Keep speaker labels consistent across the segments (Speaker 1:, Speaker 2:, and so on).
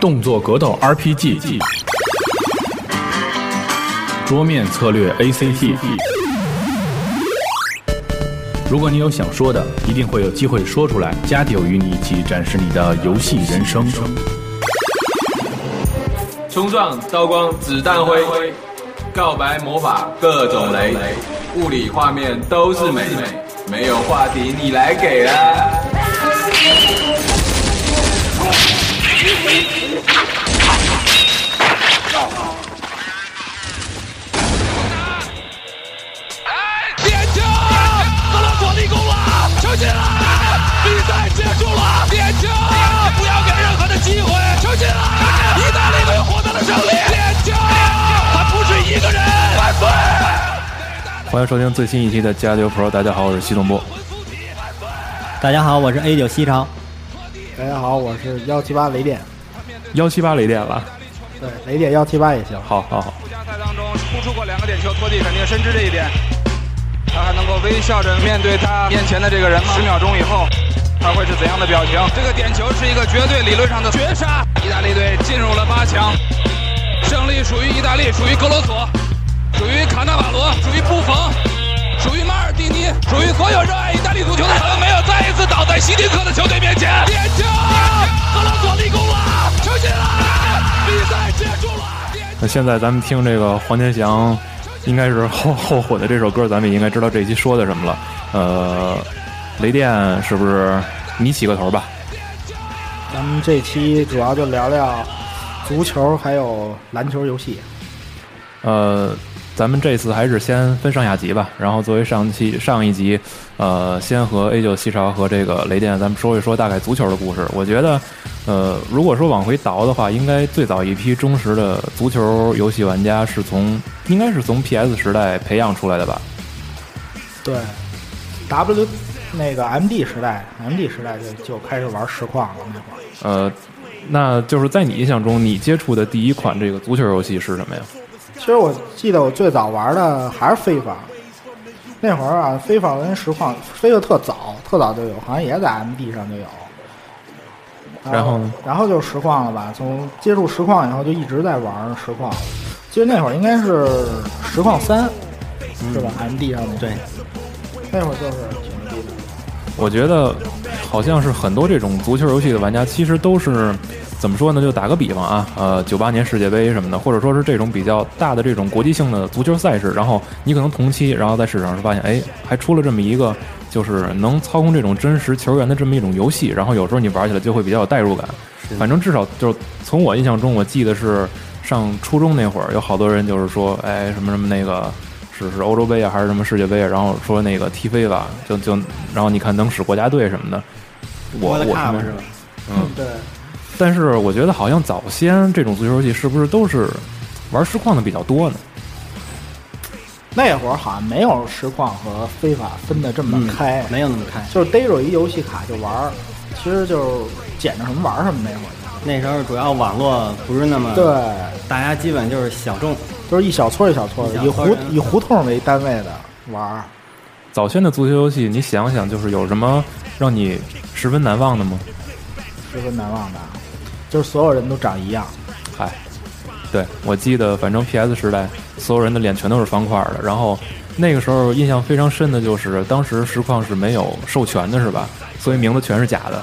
Speaker 1: 动作格斗 RPG，桌面策略 ACT。如果你有想说的，一定会有机会说出来。加迪有与你一起展示你的游戏人生。
Speaker 2: 冲撞、刀光、子弹灰、告白魔法、各种雷，物理画面都是美，没有话题你来给啊！
Speaker 3: 哎点球！德罗佐立功了，球进了！比赛结束了，点球！不要给任何的机会，球进了！意大利队获得了胜利，点球！他不是一个人，万岁！
Speaker 4: 欢迎收听最新一期的《加六 Pro》，大家好，我是西东波。
Speaker 5: 大家好，我是 A 九西超，
Speaker 6: 大家好，我是幺七八雷电，
Speaker 4: 幺七八雷电了，
Speaker 6: 对，雷电幺七八也行。
Speaker 4: 好好好，
Speaker 3: 加赛当中突出过两个点球，托蒂肯定深知这一点，他还能够微笑着面对他面前的这个人吗？十秒钟以后。他会是怎样的表情？这个点球是一个绝对理论上的绝杀，意大利队进入了八强，胜利属于意大利，属于格罗索，属于卡纳瓦罗，属于布冯，属于马尔蒂尼，属于所有热爱意大利足球的。他们没有再一次倒在希迪克的球队面前。点球，格罗索立功了，球进了，比赛结束了。点球
Speaker 4: 那现在咱们听这个黄健翔，应该是后后悔的这首歌，咱们也应该知道这一期说的什么了。呃，雷电是不是你起个头吧？
Speaker 6: 咱们这期主要就聊聊足球还有篮球游戏。
Speaker 4: 呃，咱们这次还是先分上下集吧。然后作为上期上一集，呃，先和 A 九西潮和这个雷电，咱们说一说大概足球的故事。我觉得，呃，如果说往回倒的话，应该最早一批忠实的足球游戏玩家是从，应该是从 PS 时代培养出来的吧？
Speaker 6: 对，W 那个 MD 时代，MD 时代就就开始玩实况了那会儿。
Speaker 4: 呃，那就是在你印象中，你接触的第一款这个足球游戏是什么呀？
Speaker 6: 其实我记得我最早玩的还是非法，那会儿啊，非法跟实况飞的特早，特早就有，好像也在 MD 上就有。
Speaker 4: 然后呢
Speaker 6: 然后就实况了吧？从接触实况以后，就一直在玩实况。其实那会儿应该是实况三，
Speaker 4: 嗯
Speaker 6: 是吧？MD 上的
Speaker 5: 对，
Speaker 6: 那会儿就是挺牛逼的。
Speaker 4: 我觉得好像是很多这种足球游戏的玩家，其实都是怎么说呢？就打个比方啊，呃，九八年世界杯什么的，或者说是这种比较大的这种国际性的足球赛事，然后你可能同期，然后在市场上发现，哎，还出了这么一个就是能操控这种真实球员的这么一种游戏，然后有时候你玩起来就会比较有代入感。反正至少就是从我印象中，我记得是上初中那会儿，有好多人就是说，哎，什么什么那个。是是欧洲杯啊，还是什么世界杯啊？然后说那个踢飞吧，就就然后你看能使国家队什么的，我我看是吧？嗯，
Speaker 6: 对，
Speaker 4: 但是我觉得好像早先这种足球游戏是不是都是玩实况的比较多呢？
Speaker 6: 那会儿好像没有实况和非法分的这
Speaker 4: 嗯
Speaker 6: 么开，
Speaker 5: 没有那么开。
Speaker 6: 就是逮着一游戏卡就玩儿，其实就是捡着什么玩儿什么那会儿。
Speaker 5: 那时候主要网络不是那么，
Speaker 6: 对，
Speaker 5: 大家基本就是小众，
Speaker 6: 就是一小撮儿一小撮儿的，
Speaker 5: 一
Speaker 6: 以
Speaker 5: 小撮儿
Speaker 6: 胡
Speaker 5: 人
Speaker 6: 以胡同为单位的玩儿。
Speaker 4: 早先的足球游戏，你想想，就是有什么让你十分难忘的吗？
Speaker 6: 十分难忘的，啊就是所有人都长一样。
Speaker 4: 嗨，对我记得，反正 PS 时代所有人的脸全都是方块儿的。然后那个时候印象非常深的就是，当时实况是没有授权的，是吧？所以名字全是假的。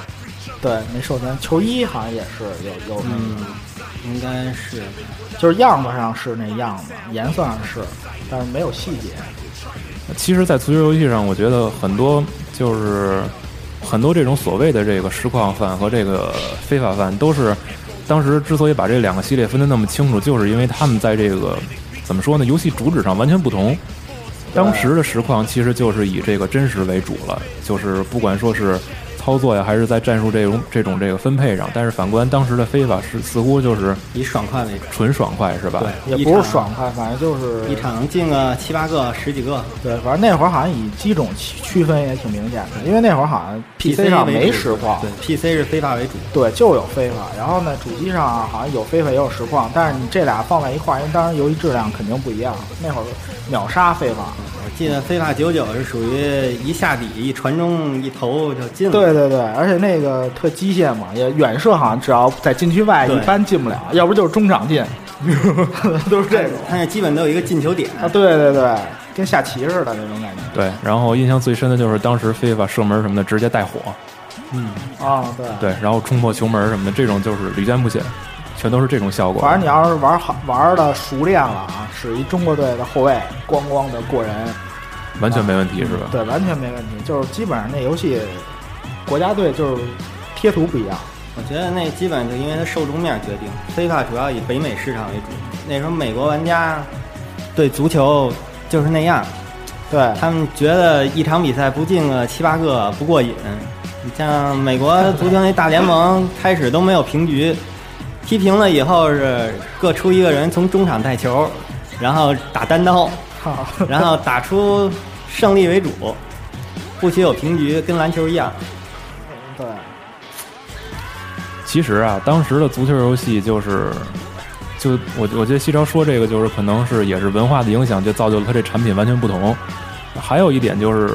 Speaker 6: 对，没授权。球衣好像也是有有那个，
Speaker 5: 嗯，应该是
Speaker 6: 就是样子上是那样子，颜色上是，但是没有细节。
Speaker 4: 其实，在足球游戏上，我觉得很多就是很多这种所谓的这个实况犯和这个非法犯，都是当时之所以把这两个系列分得那么清楚，就是因为他们在这个怎么说呢，游戏主旨上完全不同。当时的实况其实就是以这个真实为主了，就是不管说是操作呀，还是在战术这种这种这个分配上，但是反观当时的非法是似乎就是
Speaker 5: 以爽快为主，
Speaker 4: 纯爽快，是吧？
Speaker 5: 对，
Speaker 6: 也
Speaker 5: 一
Speaker 6: 不是
Speaker 5: 场
Speaker 6: 爽快，反正就是
Speaker 5: 一场能进个七八个、十几个，
Speaker 6: 对，反正那会儿好像以几种区区分也挺明显的，因为那会儿好像
Speaker 5: PC
Speaker 6: 上
Speaker 5: 为
Speaker 6: 没
Speaker 5: 主
Speaker 6: 实况，
Speaker 5: 对，PC 是非法为主，
Speaker 6: 对，就有非法。然后呢，主机上啊好像有非法也有实况，但是你这俩放在一块儿，因为当然游戏质量肯定不一样。那会儿秒杀非法，
Speaker 5: 我记得非法九九是属于一下底一传中一投就进了，
Speaker 6: 对对对对，而且那个特机械嘛，也远射好像只要在禁区外一
Speaker 5: 对
Speaker 6: 般进不了，要不就是中场进， 都是这种
Speaker 5: 它是基本都有一个进球点，
Speaker 6: 啊。对对对，跟下棋似的那种感觉
Speaker 4: 对，然后印象最深的就是当时 FIFA 射门什么的直接带火，
Speaker 6: 啊。对，
Speaker 4: 对，然后冲破球门什么的，这种就是屡见不鲜，全都是这种效果。
Speaker 6: 反正你要是玩好玩的熟练了啊，使一中国队的后卫咣咣的过人，
Speaker 4: 完全没问题是吧？
Speaker 6: 嗯对，完全没问题。就是基本上那游戏国家队就是贴图不一样，
Speaker 5: 我觉得那基本就因为它受众面决定。FIFA 主要以北美市场为主，那时候美国玩家对足球就是那样，
Speaker 6: 对，
Speaker 5: 他们觉得一场比赛不进个七八个不过瘾。你像美国足球那大联盟开始都没有平局，踢平了以后是各出一个人从中场带球，然后打单刀，
Speaker 6: 好，
Speaker 5: 然后打出胜利为主，不许有平局，跟篮球一样。
Speaker 6: 对，
Speaker 4: 其实啊，当时的足球游戏就是，就我我觉得西超说这个就是可能是也是文化的影响，就造就了它这产品完全不同。还有一点就是，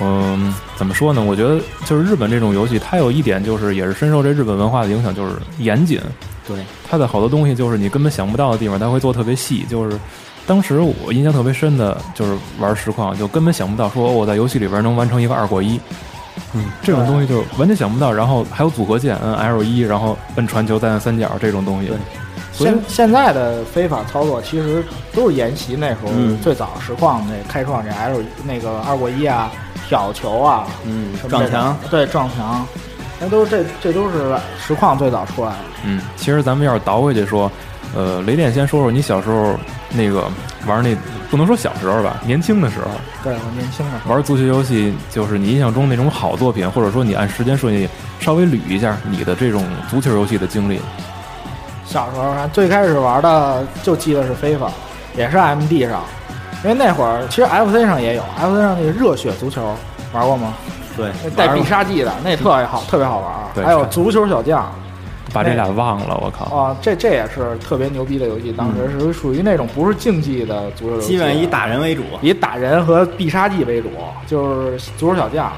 Speaker 4: 嗯，怎么说呢？我觉得就是日本这种游戏，它有一点就是也是深受这日本文化的影响，就是严谨。
Speaker 5: 对，
Speaker 4: 它的好多东西就是你根本想不到的地方，它会做特别细。就是当时我印象特别深的就是玩实况，就根本想不到说我在游戏里边能完成一个二过一。嗯，这种东西就完全想不到。然后还有组合键，摁 L 一，然后摁传球，再摁三角这种东西。
Speaker 5: 对
Speaker 4: 所以
Speaker 6: 现现在的非法操作其实都是沿袭那时候
Speaker 5: 嗯
Speaker 6: 最早实况那开创这 L 那个二过一啊、挑球啊、
Speaker 5: 嗯
Speaker 6: 什么这种
Speaker 5: 撞墙，
Speaker 6: 对撞墙，那都是这这都是实况最早出来的。
Speaker 4: 嗯，其实咱们要是倒回去说，呃，雷电先说说你小时候那个玩那，不能说小时候吧，年轻的时候。
Speaker 6: 对我年轻的时候，
Speaker 4: 玩足球游戏，就是你印象中那种好作品，或者说你按时间顺序稍微捋一下你的这种足球游戏的经历。
Speaker 6: 小时候啊最开始玩的就记得是非法，也是 MD 上，因为那会儿其实 FC 上也有，FC 上那个热血足球玩过吗？
Speaker 5: 对
Speaker 6: 那，带必杀技的那特别好，特别好玩
Speaker 4: 对
Speaker 6: 儿。还有足球小将。
Speaker 4: 把这俩忘了，我靠！
Speaker 6: 啊，这这也是特别牛逼的游戏，当时是属于那种不是竞技的足球游戏，
Speaker 5: 基本上以打人为主。
Speaker 6: 嗯以打人和必杀技为主，就是足球小将，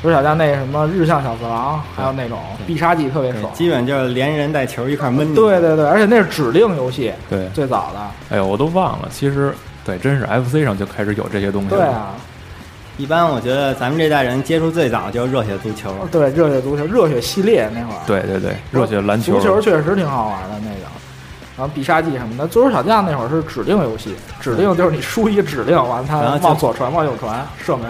Speaker 6: 足球小将那什么日向小次郎，还有那种必杀技特别
Speaker 5: 对
Speaker 6: 爽。
Speaker 5: 基本就是连人带球一块闷你。
Speaker 6: 对对对，而且那是指令游戏，
Speaker 4: 对，
Speaker 6: 最早的。
Speaker 4: 哎呦，我都忘了。其实，对，真是 FC 上就开始有这些东西了。
Speaker 6: 对啊，
Speaker 5: 一般我觉得咱们这代人接触最早就是热血足球，
Speaker 6: 哦对热血足球、热血系列那会儿，
Speaker 4: 对对对热血篮球，
Speaker 6: 足球确实挺好玩的那个。然后必杀技什么的，足球小将那会儿是指令游戏，指令就是你输一个指令，完了他
Speaker 5: 然后就
Speaker 6: 往左传、往右传、射门，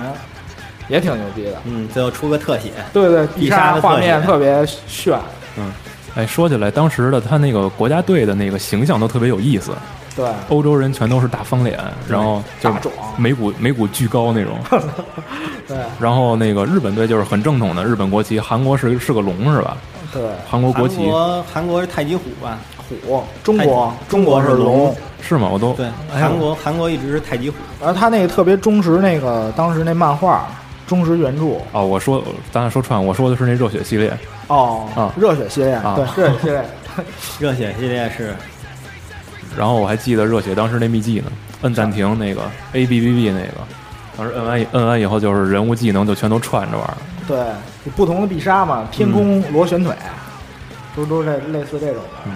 Speaker 6: 也挺牛逼的。
Speaker 5: 嗯，最后出个特写，
Speaker 6: 对对，必
Speaker 5: 必杀
Speaker 6: 杀
Speaker 5: 的
Speaker 6: 画
Speaker 5: 特
Speaker 6: 面
Speaker 5: 写
Speaker 6: 特别炫，
Speaker 4: 哎，说起来，当时的他那个国家队的那个形象都特别有意思，
Speaker 6: 对，
Speaker 4: 欧洲人全都是大方脸，然后就
Speaker 6: 大壮
Speaker 4: 眉骨眉骨巨高那种。
Speaker 6: 对
Speaker 4: 然后那个日本队就是很正统的日本国旗，韩国是是个龙是吧？
Speaker 6: 对，
Speaker 4: 韩国国
Speaker 5: 韩
Speaker 4: 旗
Speaker 5: 国韩国是太极虎吧？
Speaker 6: 虎，中
Speaker 5: 太
Speaker 6: 国
Speaker 5: 中国
Speaker 6: 是
Speaker 5: 是龙
Speaker 6: 龙，
Speaker 4: 是吗？我都
Speaker 5: 对，
Speaker 4: 哎呦
Speaker 5: 韩国韩国一直是太极虎，
Speaker 6: 然后他那个特别忠实那个当时那漫画忠实原著
Speaker 4: 哦，我说咱俩说串，我说的是那热血系列，
Speaker 6: 哦，
Speaker 4: 啊
Speaker 6: 热血系列，
Speaker 4: 啊
Speaker 6: 对热血系列，
Speaker 5: 热血系列是
Speaker 4: 然后我还记得热血当时那秘技呢，摁暂停那个 A B B B 那个，当时摁完以摁完以后就是人物技能就全都串着玩儿，
Speaker 6: 对有不同的必杀嘛，天空螺旋腿，都都这类似这种的，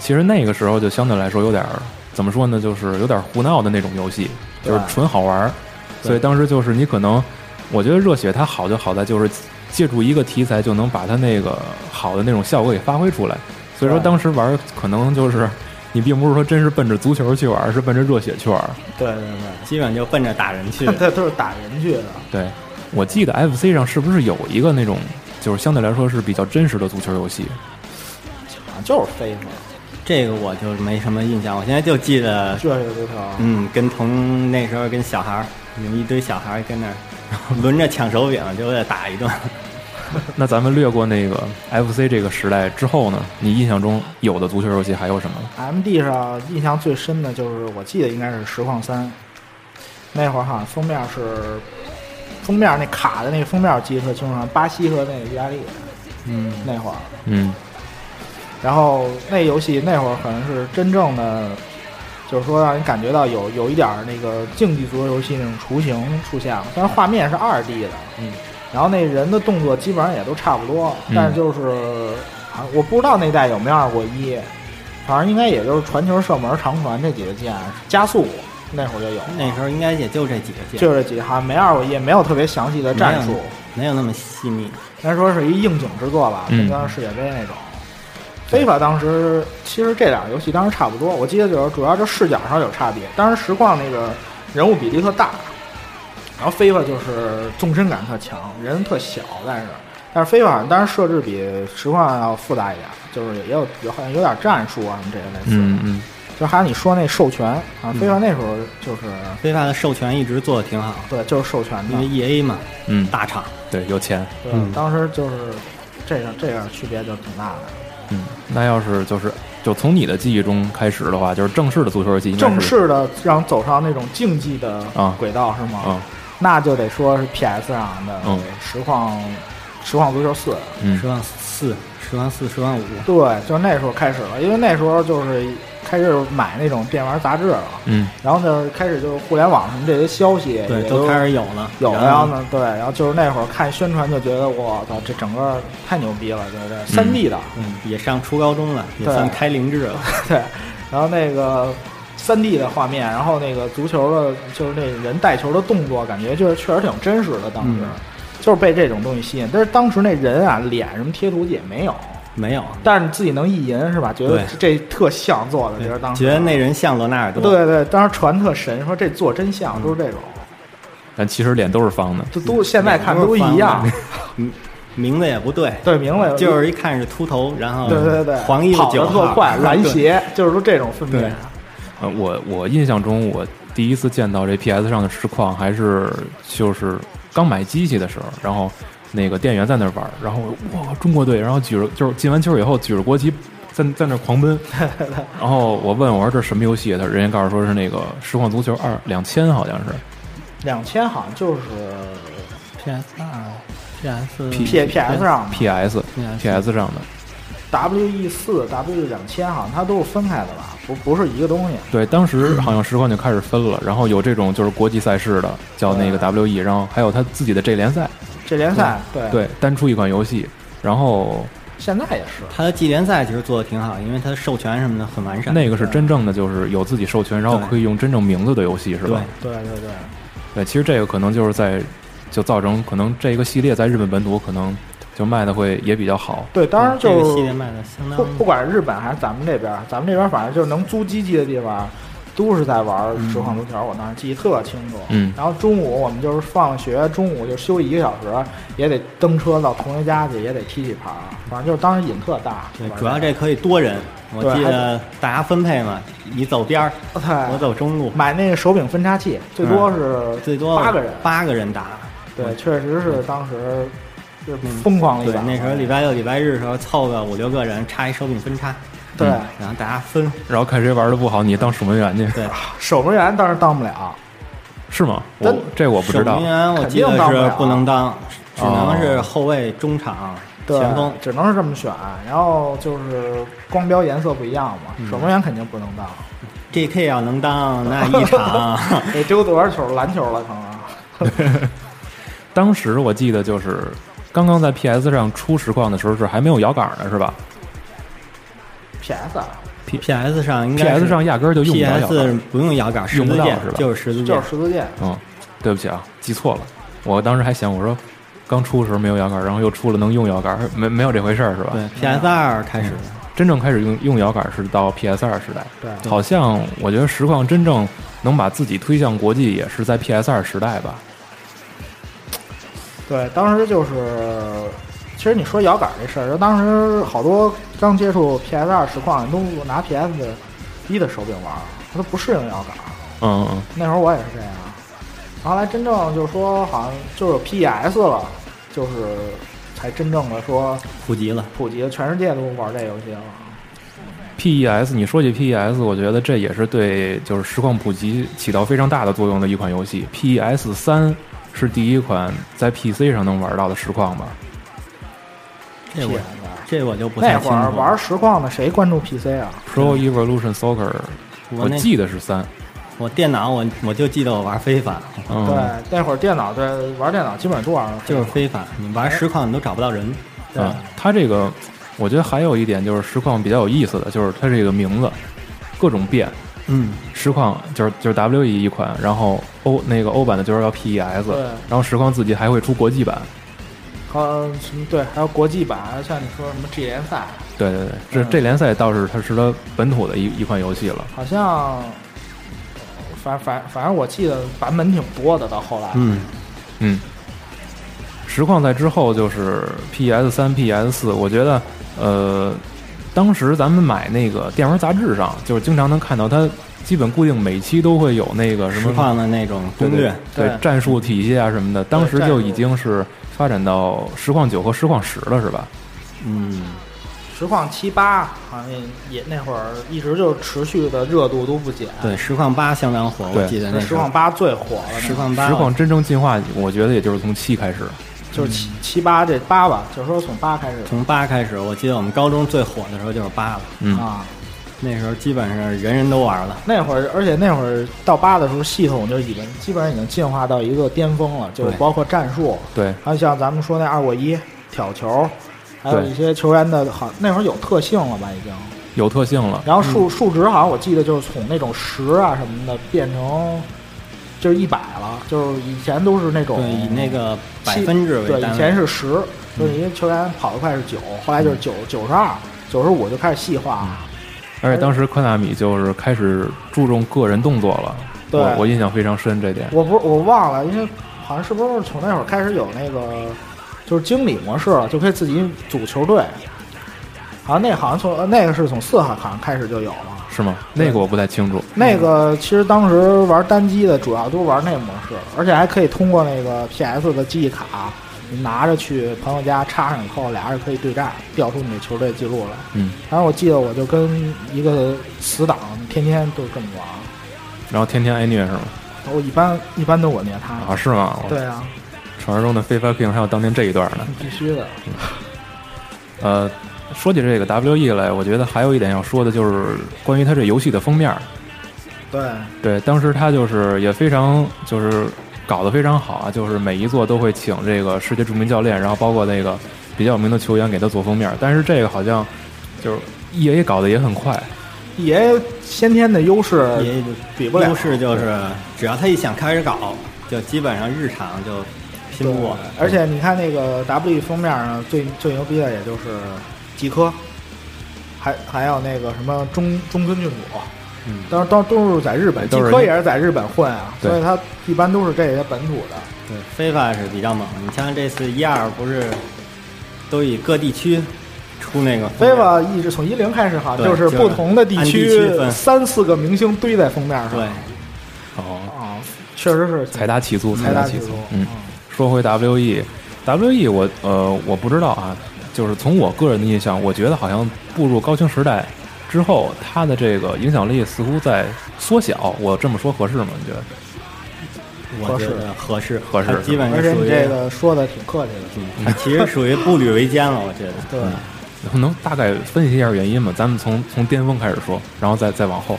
Speaker 4: 其实那个时候就相对来说有点儿怎么说呢，就是有点儿胡闹的那种游戏，
Speaker 6: 对
Speaker 4: 就是纯好玩儿。所以当时就是你可能，我觉得热血它好就好在就是借助一个题材就能把它那个好的那种效果给发挥出来。所以说
Speaker 6: 对
Speaker 4: 当时玩儿可能就是你并不是说真是奔着足球去玩儿，是奔着热血去玩儿。
Speaker 6: 对对 对，。
Speaker 5: 基本就奔着打人去
Speaker 6: 这都是打人去的，
Speaker 4: 对，我记得 FC 上是不是有一个那种就是相对来说是比较真实的足球游戏？
Speaker 6: 好像啊就是飞嘛，
Speaker 5: 这个我就没什么印象，我现在就记得，
Speaker 6: 热血足球，
Speaker 5: 嗯，跟同那时候跟小孩儿，有一堆小孩儿 跟那儿轮着抢手柄，就为了打一顿。
Speaker 4: 那咱们略过那个 FC 这个时代之后呢，你印象中有的足球游戏还有什么？
Speaker 6: M D 上印象最深的就是，我记得应该是实况三，那会儿好像封面是封面那卡的那个封面记得特清楚，巴西和那个意大利，嗯，那会儿，
Speaker 4: 嗯，
Speaker 6: 然后那游戏那会儿可能是真正的，就是说让你感觉到有有一点儿那个竞技足球游戏那种雏形出现了，但是画面是二 D 的，嗯，然后那人的动作基本上也都差不多，
Speaker 4: 嗯
Speaker 6: 但是就是好像我不知道那代有没有二过一，反正应该也就是传球、射门、长传这几个键，加速那会儿就有了，
Speaker 5: 那时候应该也就这几个键，
Speaker 6: 就这几个，好像没二过一，也没有特别详细的战术
Speaker 5: 没有，没有那么细腻。
Speaker 6: 应该说是一应景之作吧，
Speaker 4: 嗯
Speaker 6: 就像世界杯那种。非法当时其实这俩游戏当时差不多，我记得就是主要就视角上有差别，当时实况那个人物比例特大，然后 FIFA 就是纵深感特强，人特小，但是但是 FIFA 当然设置比实况要复杂一点，就是也有有好像有点战术啊什么这些类似的，
Speaker 4: 嗯嗯，
Speaker 6: 就还有你说那授权啊，FIFA 那时候就是
Speaker 5: 非法的授权一直做的挺好，
Speaker 6: 对就是授权的，
Speaker 5: 因为 E A 嘛，
Speaker 4: 嗯
Speaker 5: 大厂，
Speaker 4: 对，有钱。
Speaker 6: 对，
Speaker 5: 嗯
Speaker 6: 当时就是这个这个区别就挺大的。
Speaker 4: 嗯，那要是就是就从你的记忆中开始的话，就是正式的足球游戏应该是
Speaker 6: 正式的让走上那种竞技的
Speaker 4: 啊
Speaker 6: 轨道、是吗？
Speaker 4: 啊，
Speaker 6: 那就得说是 PS 上的
Speaker 4: 嗯
Speaker 6: 实况、实况足球四。
Speaker 4: 嗯
Speaker 5: 十万四、十万四、十万五，
Speaker 6: 对，就那时候开始了，因为那时候就是开始买那种电玩杂志了，
Speaker 4: 嗯
Speaker 6: 然后呢开始就是互联网什么这些消息也
Speaker 5: 对，都开始有了，
Speaker 6: 有了，
Speaker 5: 然
Speaker 6: 然
Speaker 5: 后
Speaker 6: 后呢，对，然后就是那会儿看宣传就觉得我操，这整个太牛逼了，就是这三 D 的，
Speaker 5: 嗯，也上初高中了，也
Speaker 6: 对
Speaker 5: 算开灵智了。
Speaker 6: 对，然后那个三 D 的画面，然后那个足球的，就是那人带球的动作，感觉就是确实挺真实的。当时、
Speaker 5: 嗯
Speaker 6: 就是被这种东西吸引，但是当时那人啊，脸什么贴图也没有，
Speaker 5: 没有，
Speaker 6: 但是你自己能意淫是吧？觉得
Speaker 5: 对
Speaker 6: 这特像做的，觉得当时
Speaker 5: 觉得那人像罗纳尔多，
Speaker 6: 对对，当时传特神，说这做真像都是这种，
Speaker 4: 但其实脸都是方的。
Speaker 6: 这都现在看都一样。
Speaker 5: 嗯，名字也不对，
Speaker 6: 对，明白，
Speaker 5: 就是一看是秃头，然后
Speaker 6: 对对对，
Speaker 5: 嗯黄衣服
Speaker 6: 跑
Speaker 5: 九
Speaker 6: 得
Speaker 5: 号
Speaker 6: 特 快，蓝，
Speaker 5: 对
Speaker 6: 鞋，就是说这种分别啊
Speaker 5: 对。
Speaker 4: 呃，我我印象中，我第一次见到这 PS 上的实况，还是就是刚买机器的时候，然后那个店员在那儿玩儿，然后哇，中国队，然后举着就是进完球以后举着国旗在在那儿狂奔，然后我问我说这什么游戏？啊他人家告诉说是那个《实况足球二两千》，好像是
Speaker 6: 两千好像就是
Speaker 5: PS 二、PS
Speaker 6: P P S 上嘛
Speaker 4: PS PS 上的。
Speaker 6: WE E 四、WE 两千好像它都是分开的吧？不不是一个东西。
Speaker 4: 对，当时好像实况就开始分了，然后有这种就是国际赛事的，叫那个 WE，然后还有他自己的这联赛，
Speaker 6: 这联赛对
Speaker 4: 对，单出一款游戏，然后
Speaker 6: 现在也是。
Speaker 5: 他的季联赛其实做的挺好，因为他授权什么的很完善。
Speaker 4: 那个是真正的就是有自己授权，然后
Speaker 5: 对
Speaker 4: 可以用真正名字的游戏，是吧？
Speaker 6: 对对对，
Speaker 4: 对，其实这个可能就是在就造成可能这个系列在日本本土可能就卖的会也比较好。
Speaker 6: 对，当然就
Speaker 5: 嗯这个系列嗯
Speaker 6: 是
Speaker 5: 卖的相当
Speaker 6: 不不管是日本还是咱们这边儿，咱们这边儿反正就是能租机器的地方，都是在玩儿实况足球。我当时记得特清楚。
Speaker 4: 嗯
Speaker 6: 然后中午我们就是放学，中午就休息一个小时，也得蹬车到同学家去，也得踢踢盘儿。反正就是当时瘾特大。
Speaker 5: 对
Speaker 6: 玩，儿
Speaker 5: 主要这可以多人，我
Speaker 6: 对
Speaker 5: 记
Speaker 6: 还哦
Speaker 5: 得大家分配嘛，你走边儿，
Speaker 6: 对
Speaker 5: 我走中路，
Speaker 6: 买那个手柄分叉器，最多是
Speaker 5: 嗯最多
Speaker 6: 八个人。
Speaker 5: 八个人打。
Speaker 6: 对，确实是当时是嗯疯狂了一
Speaker 5: 对
Speaker 6: 把。，嗯
Speaker 5: 那时候礼拜六、礼拜日的时候凑个五六个人，插一手柄分叉，
Speaker 6: 对
Speaker 5: 嗯然后大家分，
Speaker 4: 然后看谁玩的不好，你当守门员去，
Speaker 5: 对，
Speaker 6: 守门员当然当不了，
Speaker 4: 是吗？
Speaker 6: 但
Speaker 4: 我这我不知
Speaker 5: 守
Speaker 4: 道哦
Speaker 5: 门。员我记得
Speaker 6: 肯定当不
Speaker 5: 是
Speaker 4: 啊
Speaker 6: 了
Speaker 5: 不能当，只能是后卫、中场、
Speaker 6: 对
Speaker 5: 前锋。
Speaker 6: 只能是这么选。然后就是光标颜色不一样嘛，守门员肯定不能当。
Speaker 5: J.K. 要 能当，那一场
Speaker 6: 得丢多少球？篮球了可能。
Speaker 4: 当时我记得就是刚刚在 PS 上出实况的时候是还没有摇杆的，是吧
Speaker 6: P.S. 啊
Speaker 5: P.S. 上应该是
Speaker 4: ？PS 上压根儿就用不着摇杆。
Speaker 5: P.S. 不用摇杆，十
Speaker 4: 用不
Speaker 5: 字
Speaker 4: 到
Speaker 5: 键
Speaker 4: 是吧
Speaker 5: 就是十字
Speaker 6: 就
Speaker 5: 键
Speaker 6: 是。十字键，
Speaker 4: 嗯，对不起啊，记错了。我当时还想，我说刚出的时候没有摇杆，然后又出了能用摇杆，没没有这回事儿是吧？
Speaker 5: 对，P.S. 二开始的，
Speaker 4: 真正开始用用摇杆是到 PS 二时代。
Speaker 6: 对
Speaker 4: 好像我觉得实况真正能把自己推向国际，也是在 PS 二时代吧。
Speaker 6: 对，当时就是，其实你说摇杆这事儿，当时好多刚接触 PS 二实况都拿 PS 一的手柄玩儿，他都不适应摇杆。
Speaker 4: 嗯嗯
Speaker 6: 那会儿我也是这样，然后来真正就是说，好像就是有 PES 了，就是才真正的说
Speaker 5: 普及了。
Speaker 6: 普及了，全世界都玩这游戏了。
Speaker 4: ，PES，你 E 说起 PES，我觉得这也是对就是实况普及起到非常大的作用的一款游戏。PES 三是第一款在 PC 上能玩到的实况吧？
Speaker 5: 这我
Speaker 6: PES
Speaker 5: 这我就不太
Speaker 6: 那
Speaker 5: 清楚
Speaker 6: 会
Speaker 5: 了。
Speaker 6: 儿玩实况的谁关注 PC 啊？
Speaker 4: Pro Evolution Soccer，
Speaker 5: 我
Speaker 4: 我
Speaker 5: 那
Speaker 4: 记得是三，
Speaker 5: 我电脑我我就记得我玩非法，
Speaker 6: 对
Speaker 4: 嗯，，
Speaker 6: 那会儿电脑对玩电脑基本上都玩了，
Speaker 5: 就是嗯非法，你
Speaker 4: 哎
Speaker 5: 玩实况你都找不到人。
Speaker 6: 对
Speaker 4: 啊，它这个我觉得还有一点就是实况比较有意思的就是它这个名字各种变，
Speaker 5: 嗯，
Speaker 4: 实况就是就是 W E 一款，然后欧那个欧版的就是要 P E S，
Speaker 6: 对
Speaker 4: 然后实况自己还会出国际版，
Speaker 6: 和什么对，还有国际版，像你说什么 G 联赛，
Speaker 4: 对对对，这
Speaker 6: 嗯
Speaker 4: 这联赛倒是它是它本土的一一款游戏了，
Speaker 6: 好像呃反反反正我记得版本挺多的，到后来，
Speaker 5: 嗯，
Speaker 4: 嗯。实况赛之后就是 PS 三、PS 四，我觉得，呃，当时咱们买那个电玩杂志上，就是经常能看到它基本固定每期都会有那个什
Speaker 5: 实
Speaker 4: 么
Speaker 5: 况的那种
Speaker 4: 对
Speaker 5: 攻略，
Speaker 4: 对
Speaker 6: 对
Speaker 4: 战术体系啊什么的，当时就已经是发展到实况九和实况十了，是吧？
Speaker 5: 嗯，
Speaker 6: 实况七八好像也那会儿一直就持续的热度都不减，
Speaker 5: 对，实况八相当火，我
Speaker 4: 对
Speaker 5: 记得那
Speaker 6: 实
Speaker 5: 时
Speaker 6: 况
Speaker 5: 候
Speaker 6: 八最火了那会儿，
Speaker 5: 实况八，
Speaker 4: 实况真正进化，我觉得也就是从七开始。
Speaker 6: 就是七七八这八吧，就是说从八开始
Speaker 5: 嗯从八开始，我记得我们高中最火的时候就是八了，
Speaker 4: 嗯，
Speaker 6: 啊，
Speaker 5: 那时候基本上人人都玩了。
Speaker 6: 那会儿而且那会儿到八的时候，系统就已经基本上已经进化到一个巅峰了，就是
Speaker 5: 对
Speaker 6: 包括战术，
Speaker 4: 对，
Speaker 6: 还有像咱们说那二过一挑球，还有
Speaker 4: 对
Speaker 6: 一些球员的好，那会儿有特性了吧已经。
Speaker 4: 有特性了。
Speaker 6: 然后
Speaker 5: 嗯
Speaker 6: 数、数值好像我记得就是从那种十啊什么的变成就是一百了，就是以前都是那种
Speaker 5: 对，以那个百
Speaker 6: 七
Speaker 5: 分制为
Speaker 6: 对，
Speaker 5: 单
Speaker 6: 以
Speaker 5: 位。
Speaker 6: 前是十，就是一个球员跑得快是九，后来就是九九十二、九十五就开始细化了。
Speaker 5: 嗯
Speaker 4: 而且当时科纳米就是开始注重个人动作了，
Speaker 6: 对
Speaker 4: 我我印象非常深这点。
Speaker 6: 我不是我忘了，因为好像是不是从那会儿开始有那个就是经理模式了，就可以自己组球队。好像那好像从呃那个是从四号好像开始就有了。
Speaker 4: 是吗？那个我不太清楚。
Speaker 6: 那个其实当时玩单机的主要都玩那模式，而且还可以通过那个 PS 的记忆卡，你拿着去朋友家插上以后，俩人可以对战，调出你的球队记录来。
Speaker 4: 嗯，
Speaker 6: 然后我记得我就跟一个死党天天都这么玩，
Speaker 4: 然后天天挨虐是吗？
Speaker 6: 我一般一般都我虐他。
Speaker 4: 啊，是吗？我
Speaker 6: 对啊，
Speaker 4: 传说中的 FIFA King 还有当年这一段呢。
Speaker 6: 必须的。
Speaker 4: 呃，说起这个 WE 来，我觉得还有一点要说的就是关于它这游戏的封面儿。
Speaker 6: 对，
Speaker 4: 对，当时他就是也非常就是搞得非常好啊，就是每一座都会请这个世界著名教练，然后包括那个比较有名的球员给他做封面。但是这个好像就是 E A 搞得也很快，
Speaker 6: 也先天的优势
Speaker 5: 也
Speaker 6: 比不了
Speaker 5: 优势就是只要他一想开始搞，就基本上日常就拼不过
Speaker 6: 对。而且你看那个 W 封面上最最牛逼的也就是极科，还还有那个什么中中村俊辅，
Speaker 4: 嗯
Speaker 6: 当然都都是在日本，
Speaker 4: 都
Speaker 6: 极
Speaker 4: 是
Speaker 6: 科也是在日本混啊，
Speaker 4: 对
Speaker 6: 所以他一般都是这些本土的。
Speaker 5: 对，非法是比较猛。你像这次一二不是都以各地区出那个
Speaker 6: 飞吧，一直从一零开始好像
Speaker 5: 对
Speaker 6: 就是不同的地
Speaker 5: 就是按
Speaker 6: 区
Speaker 5: 地区分
Speaker 6: 三四个明星堆在封面上，
Speaker 5: 对，
Speaker 4: 哦，
Speaker 6: 啊，确实是
Speaker 4: 财大气粗，
Speaker 6: 财大
Speaker 4: 大
Speaker 6: 气
Speaker 4: 气
Speaker 6: 粗
Speaker 4: 粗。，嗯，说回 W E W E，我呃我不知道啊，就是从我个人的印象，我觉得好像步入高清时代之后，它的这个影响力似乎在缩小。我这么说合适吗？你觉得？
Speaker 5: 我觉得合适
Speaker 4: 合适
Speaker 5: 它基本
Speaker 6: 嗯而且
Speaker 5: 上嗯属
Speaker 6: 你
Speaker 5: 于
Speaker 6: 这个说的挺客气的，
Speaker 5: 嗯它其实属于步履维艰了。我觉得
Speaker 6: 对。
Speaker 4: 能大概分析一下原因吗？咱们从从巅峰开始说，然后再再往后，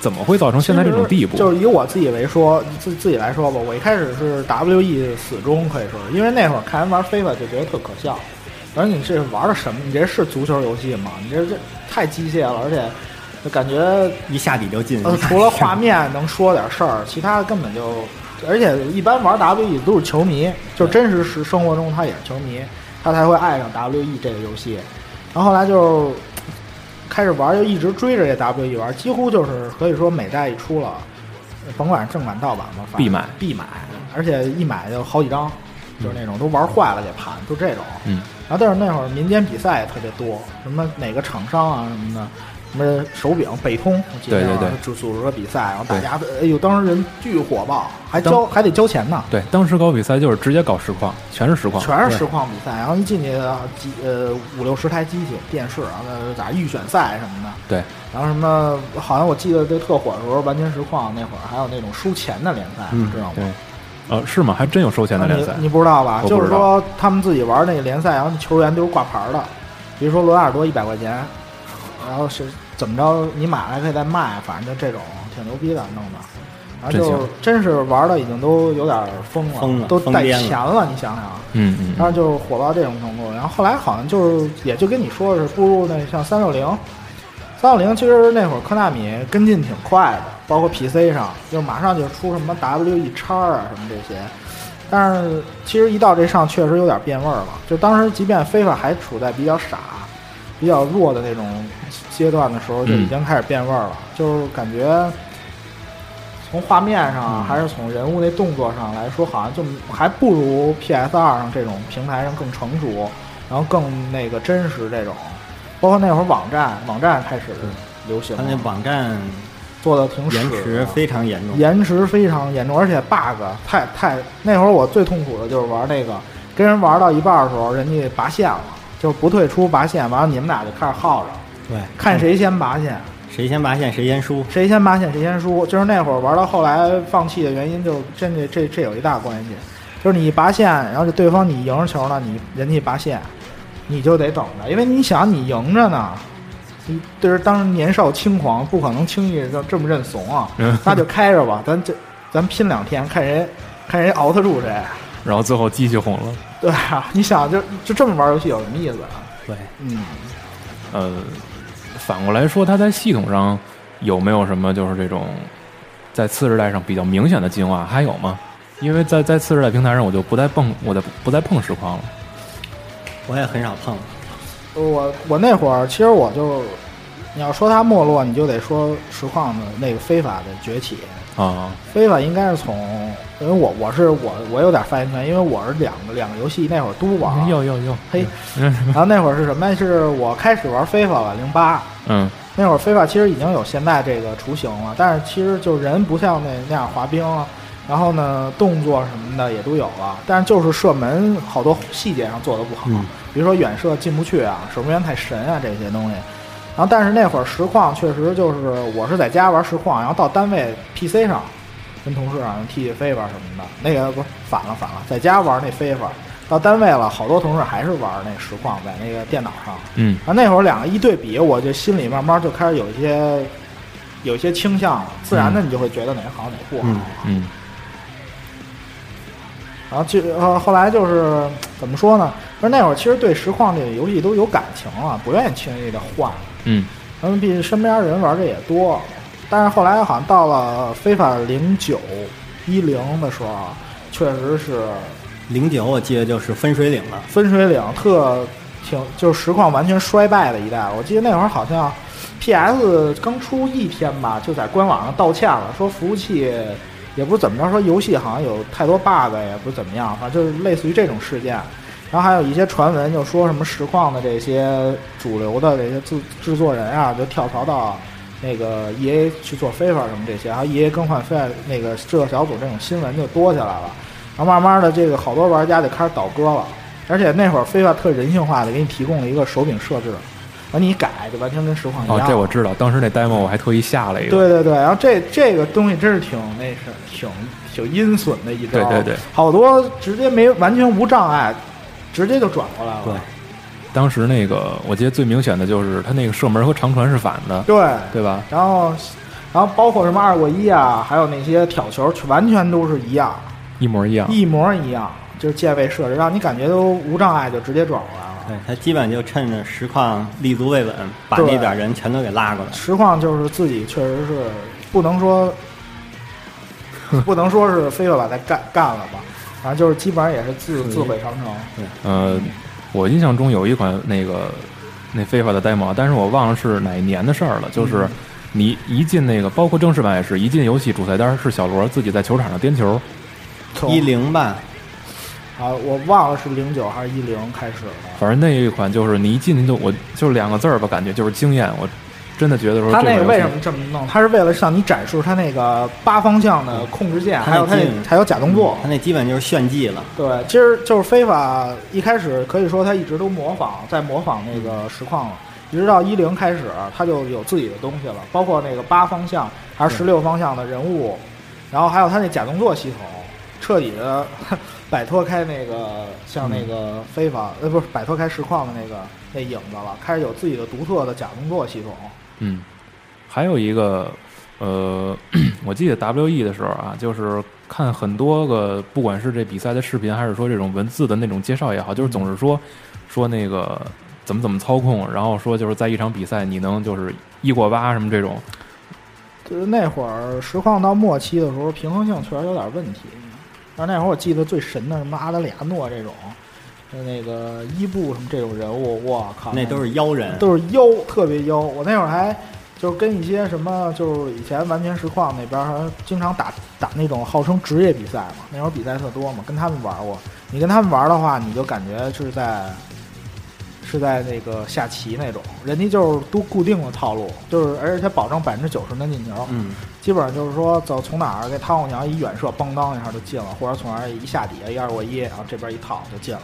Speaker 4: 怎么会造成现在这种地步？
Speaker 6: 就是以我自己为说，自自己来说吧，我一开始是 WE 死忠，可以说是，因为那会儿看人玩 FIFA 就觉得特可笑。而你这玩的什么？你这是足球游戏吗？你这这太机械了，而且就感觉
Speaker 5: 一下底就进。
Speaker 6: 呃，除了 画面能说点事儿，其他的根本就，而且一般玩 WE 都是球迷，就真实实生活中他也是球迷，他才会爱上 WE 这个游戏。然后后来就开始玩，就一直追着这 WE 玩，几乎就是可以说每代一出了，甭管是正版盗版吧，反正
Speaker 4: 必买
Speaker 6: 必买，而且一买就好几张，就是那种都玩坏了这盘，就这种。
Speaker 4: 嗯，
Speaker 6: 然后啊但是那会儿民间比赛也特别多，什么哪个厂商啊什么的，什么手柄北通，我记得啊
Speaker 4: 对对对
Speaker 6: 组组织了比赛，然后大家都哎呦，当时人巨火爆，还交
Speaker 4: 当
Speaker 6: 还得交钱呢，
Speaker 4: 对，当时搞比赛就是直接搞实况，全是实况，
Speaker 6: 全是实况比赛，然后一进去啊几呃五六十台机器、电视，然后在咋预选赛什么的，
Speaker 4: 对，
Speaker 6: 然后什么好像我记得就特火的时候，完全实况那会儿还有那种收钱的联赛，
Speaker 5: 嗯
Speaker 6: 知道吗？
Speaker 4: 对，呃，是吗？还真有收钱的联赛
Speaker 6: 啊你，你不知道吧？
Speaker 4: 我不
Speaker 6: 就是
Speaker 4: 知道
Speaker 6: 说他们自己玩那个联赛，然后球员都是挂牌儿的，比如说罗纳尔多一百块钱，然后是怎么着，你买了还可以再卖，反正就这种挺牛逼的弄的。然后
Speaker 4: 真
Speaker 6: 就
Speaker 4: 行
Speaker 6: 是真是玩的已经都有点疯了，
Speaker 5: 疯了
Speaker 6: 都
Speaker 5: 疯
Speaker 6: 带
Speaker 5: 癫了
Speaker 6: 钱了，你想想啊。
Speaker 4: 嗯嗯
Speaker 6: 然后就是火到这种程度，然后后来好像就是也就跟你说是步入那像三六零，三六零其实那会儿科纳米跟进挺快的，包括 PC 上就马上就出什么 WE 叉啊什么这些，但是其实一到这上确实有点变味儿了。就当时即便 FIFA 还处在比较傻、比较弱的那种阶段的时候，就已经开始变味儿了，就是感觉。从画面
Speaker 5: 嗯
Speaker 6: 上啊还是从人物那动作上来说，好像就还不如 PS 二上这种平台上更成熟，然后更那个真实这种。包括那会儿网站，网站开始流行
Speaker 5: 他
Speaker 6: 了，
Speaker 5: 那网站
Speaker 6: 做的挺屎
Speaker 5: 延
Speaker 6: 的
Speaker 5: 迟非常严重，
Speaker 6: 啊延迟非常严重，而且 bug 太太那会儿我最痛苦的就是玩那个跟人玩到一半的时候，人家拔线了，就是不退出拔线，完了你们俩就开始耗着，
Speaker 5: 对，
Speaker 6: 看谁先拔线。
Speaker 5: 嗯谁先拔线谁先输。
Speaker 6: 谁先拔线谁先输。就是那会儿玩到后来放弃的原因，就真的这这有一大关系，就是你拔线，然后就对方你赢着球呢，你人家拔线，你就得等着，因为你想你赢着呢。你就是当时年少轻狂，不可能轻易就这么认怂啊！那就开着吧，咱这咱拼两天，看谁看谁熬得住谁。
Speaker 4: 然后最后机器红了。
Speaker 6: 对啊，你想就就这么玩游戏有什么意思啊？
Speaker 5: 对，
Speaker 6: 嗯，
Speaker 4: 呃，反过来说，它在系统上有没有什么就是这种在次世代上比较明显的进化？还有吗？因为在在次世代平台上，我就不再碰，我的不再碰实况了。
Speaker 5: 我也很少碰，
Speaker 6: 我我那会儿其实我就，你要说它没落，你就得说实况的那个非法的崛起。
Speaker 4: 啊，
Speaker 6: 非法应该是从，因为我我是我我有点发言权，因为我是两个两个游戏那会儿都玩，
Speaker 4: 要要要，
Speaker 6: 嘿，然后那会儿是什么？是我开始玩非法了，零八
Speaker 4: 嗯
Speaker 6: 那会儿非法其实已经有现在这个雏形了，但是其实就人不像那那样滑冰了，然后呢动作什么的也都有了，但是就是射门好多细节上做的不好，
Speaker 5: 嗯
Speaker 6: 比如说远射进不去啊，守门员太神啊这些东西。然后但是那会儿实况确实就是我是在家玩实况，然后到单位 PC 上跟同事啊踢踢飞吧什么的，那个不是反了反了，在家玩那飞吧，到单位了好多同事还是玩那实况在那个电脑上。
Speaker 4: 嗯
Speaker 6: 啊，那会儿两个一对比，我就心里慢慢就开始有一些有一些倾向了，自然的你就会觉得哪个好哪个不好。
Speaker 5: 嗯
Speaker 4: 嗯
Speaker 6: 然后就呃后来就是怎么说呢？就是那会儿其实对实况这个游戏都有感情了，不愿意轻易的换。
Speaker 4: 嗯
Speaker 6: 然后毕竟身边人玩的也多，但是后来好像到了非法零九一零的时候，确实是
Speaker 5: 零九我记得就是分水岭了，
Speaker 6: 分水岭特挺，就是实况完全衰败的一代。我记得那会儿好像 PS 刚出一天吧，就在官网上道歉了，说服务器也不是怎么着，说游戏好像有太多 bug，也不是怎么样，反正就是类似于这种事件。然后还有一些传闻，就说什么实况的这些主流的这些制制作人啊，就跳槽到那个 EA 去做 FIFA 什么这些，还有 EA 更换 FIFA 那个制作小组这种新闻就多起来了。然后慢慢的，这个好多玩家就开始倒戈了。而且那会儿 FIFA 特人性化的给你提供了一个手柄设置，完你改就完全跟实况一样
Speaker 4: 哦
Speaker 6: 了。，
Speaker 4: 这我知道，当时那 demo 我还特意下了一个。
Speaker 6: 对对对，然后这这个东西真是挺那是挺挺阴损的一
Speaker 4: 对
Speaker 6: 招，
Speaker 4: 对对，
Speaker 6: 好多直接没完全无障碍，直接就转过来了。
Speaker 5: 对
Speaker 4: 当时那个我记得最明显的就是它那个射门和长传是反的，
Speaker 6: 对
Speaker 4: 对吧？
Speaker 6: 然后然后包括什么二过一啊，还有那些挑球，完全都是一样，
Speaker 4: 一模一样。
Speaker 6: 一模一样，就是界位设置，让你感觉都无障碍就直接转过来了。
Speaker 5: 对他基本就趁着实况立足未稳，把那点人全都给拉过来。
Speaker 6: 实况就是自己确实是不 能说，不能说是非要把它干干了吧，反正就是基本上也是自自毁长城。
Speaker 4: 呃，我印象中有一款那个那非法的 demo，但是啊我忘了是哪一年的事儿了。就是
Speaker 6: 嗯
Speaker 4: 你一进那个，包括正式版也是，一进游戏主菜单是小罗自己在球场上颠球，
Speaker 6: 从
Speaker 5: 一零吧，
Speaker 6: 啊，我忘了是零九还是一零开始的。
Speaker 4: 反正那一款就是你一进去就我就两个字儿吧，感觉就是惊艳。我真的觉得说
Speaker 6: 他
Speaker 4: 这
Speaker 6: 那
Speaker 4: 款
Speaker 6: 个
Speaker 4: 游
Speaker 6: 为
Speaker 4: 戏
Speaker 6: 什么这么弄？他是为了向你展示他那个八方向的控制键，
Speaker 5: 它那
Speaker 6: 还有他那
Speaker 5: 劲
Speaker 6: 还有假动作。
Speaker 5: 他那基本就是炫技了。
Speaker 6: 对，其实就是非法一开始可以说他一直都模仿，在模仿那个实况了，一直到一零开始，他就有自己的东西了，包括那个八方向还是十六方向的人物，然后还有他那假动作系统，彻底的 摆脱开那个像那个非法、呃不是摆脱开实况的那个那影子了，开始有自己的独特的假动作系统。
Speaker 4: 嗯，还有一个呃， 我记得 WE 的时候啊，就是看很多个，不管是这比赛的视频，还是说这种文字的那种介绍也好，就是总是说说那个怎么怎么操控，然后说就是在一场比赛你能就是一过八什么这种，
Speaker 6: 就是那会儿实况到末期的时候，平衡性确实有点问题。但是那会儿我记得最神的什么阿德里亚诺这种，就那个伊布什么这种人物，我靠，
Speaker 5: 那都是妖人，
Speaker 6: 啊都是妖，特别妖。我那会儿还就是跟一些什么，就是以前完全实况那边儿还经常打打那种号称职业比赛嘛，那会儿比赛特多嘛，跟他们玩过。你跟他们玩的话，你就感觉是在是在那个下棋那种，人家就是都固定的套路，就是而且保证百分之九十能进球。
Speaker 5: 嗯，
Speaker 6: 基本上就是说，走从哪儿给汤姆娘一远射，邦当一下就进了，或者从哪儿一下底下一二过一，然后这边一套就进了。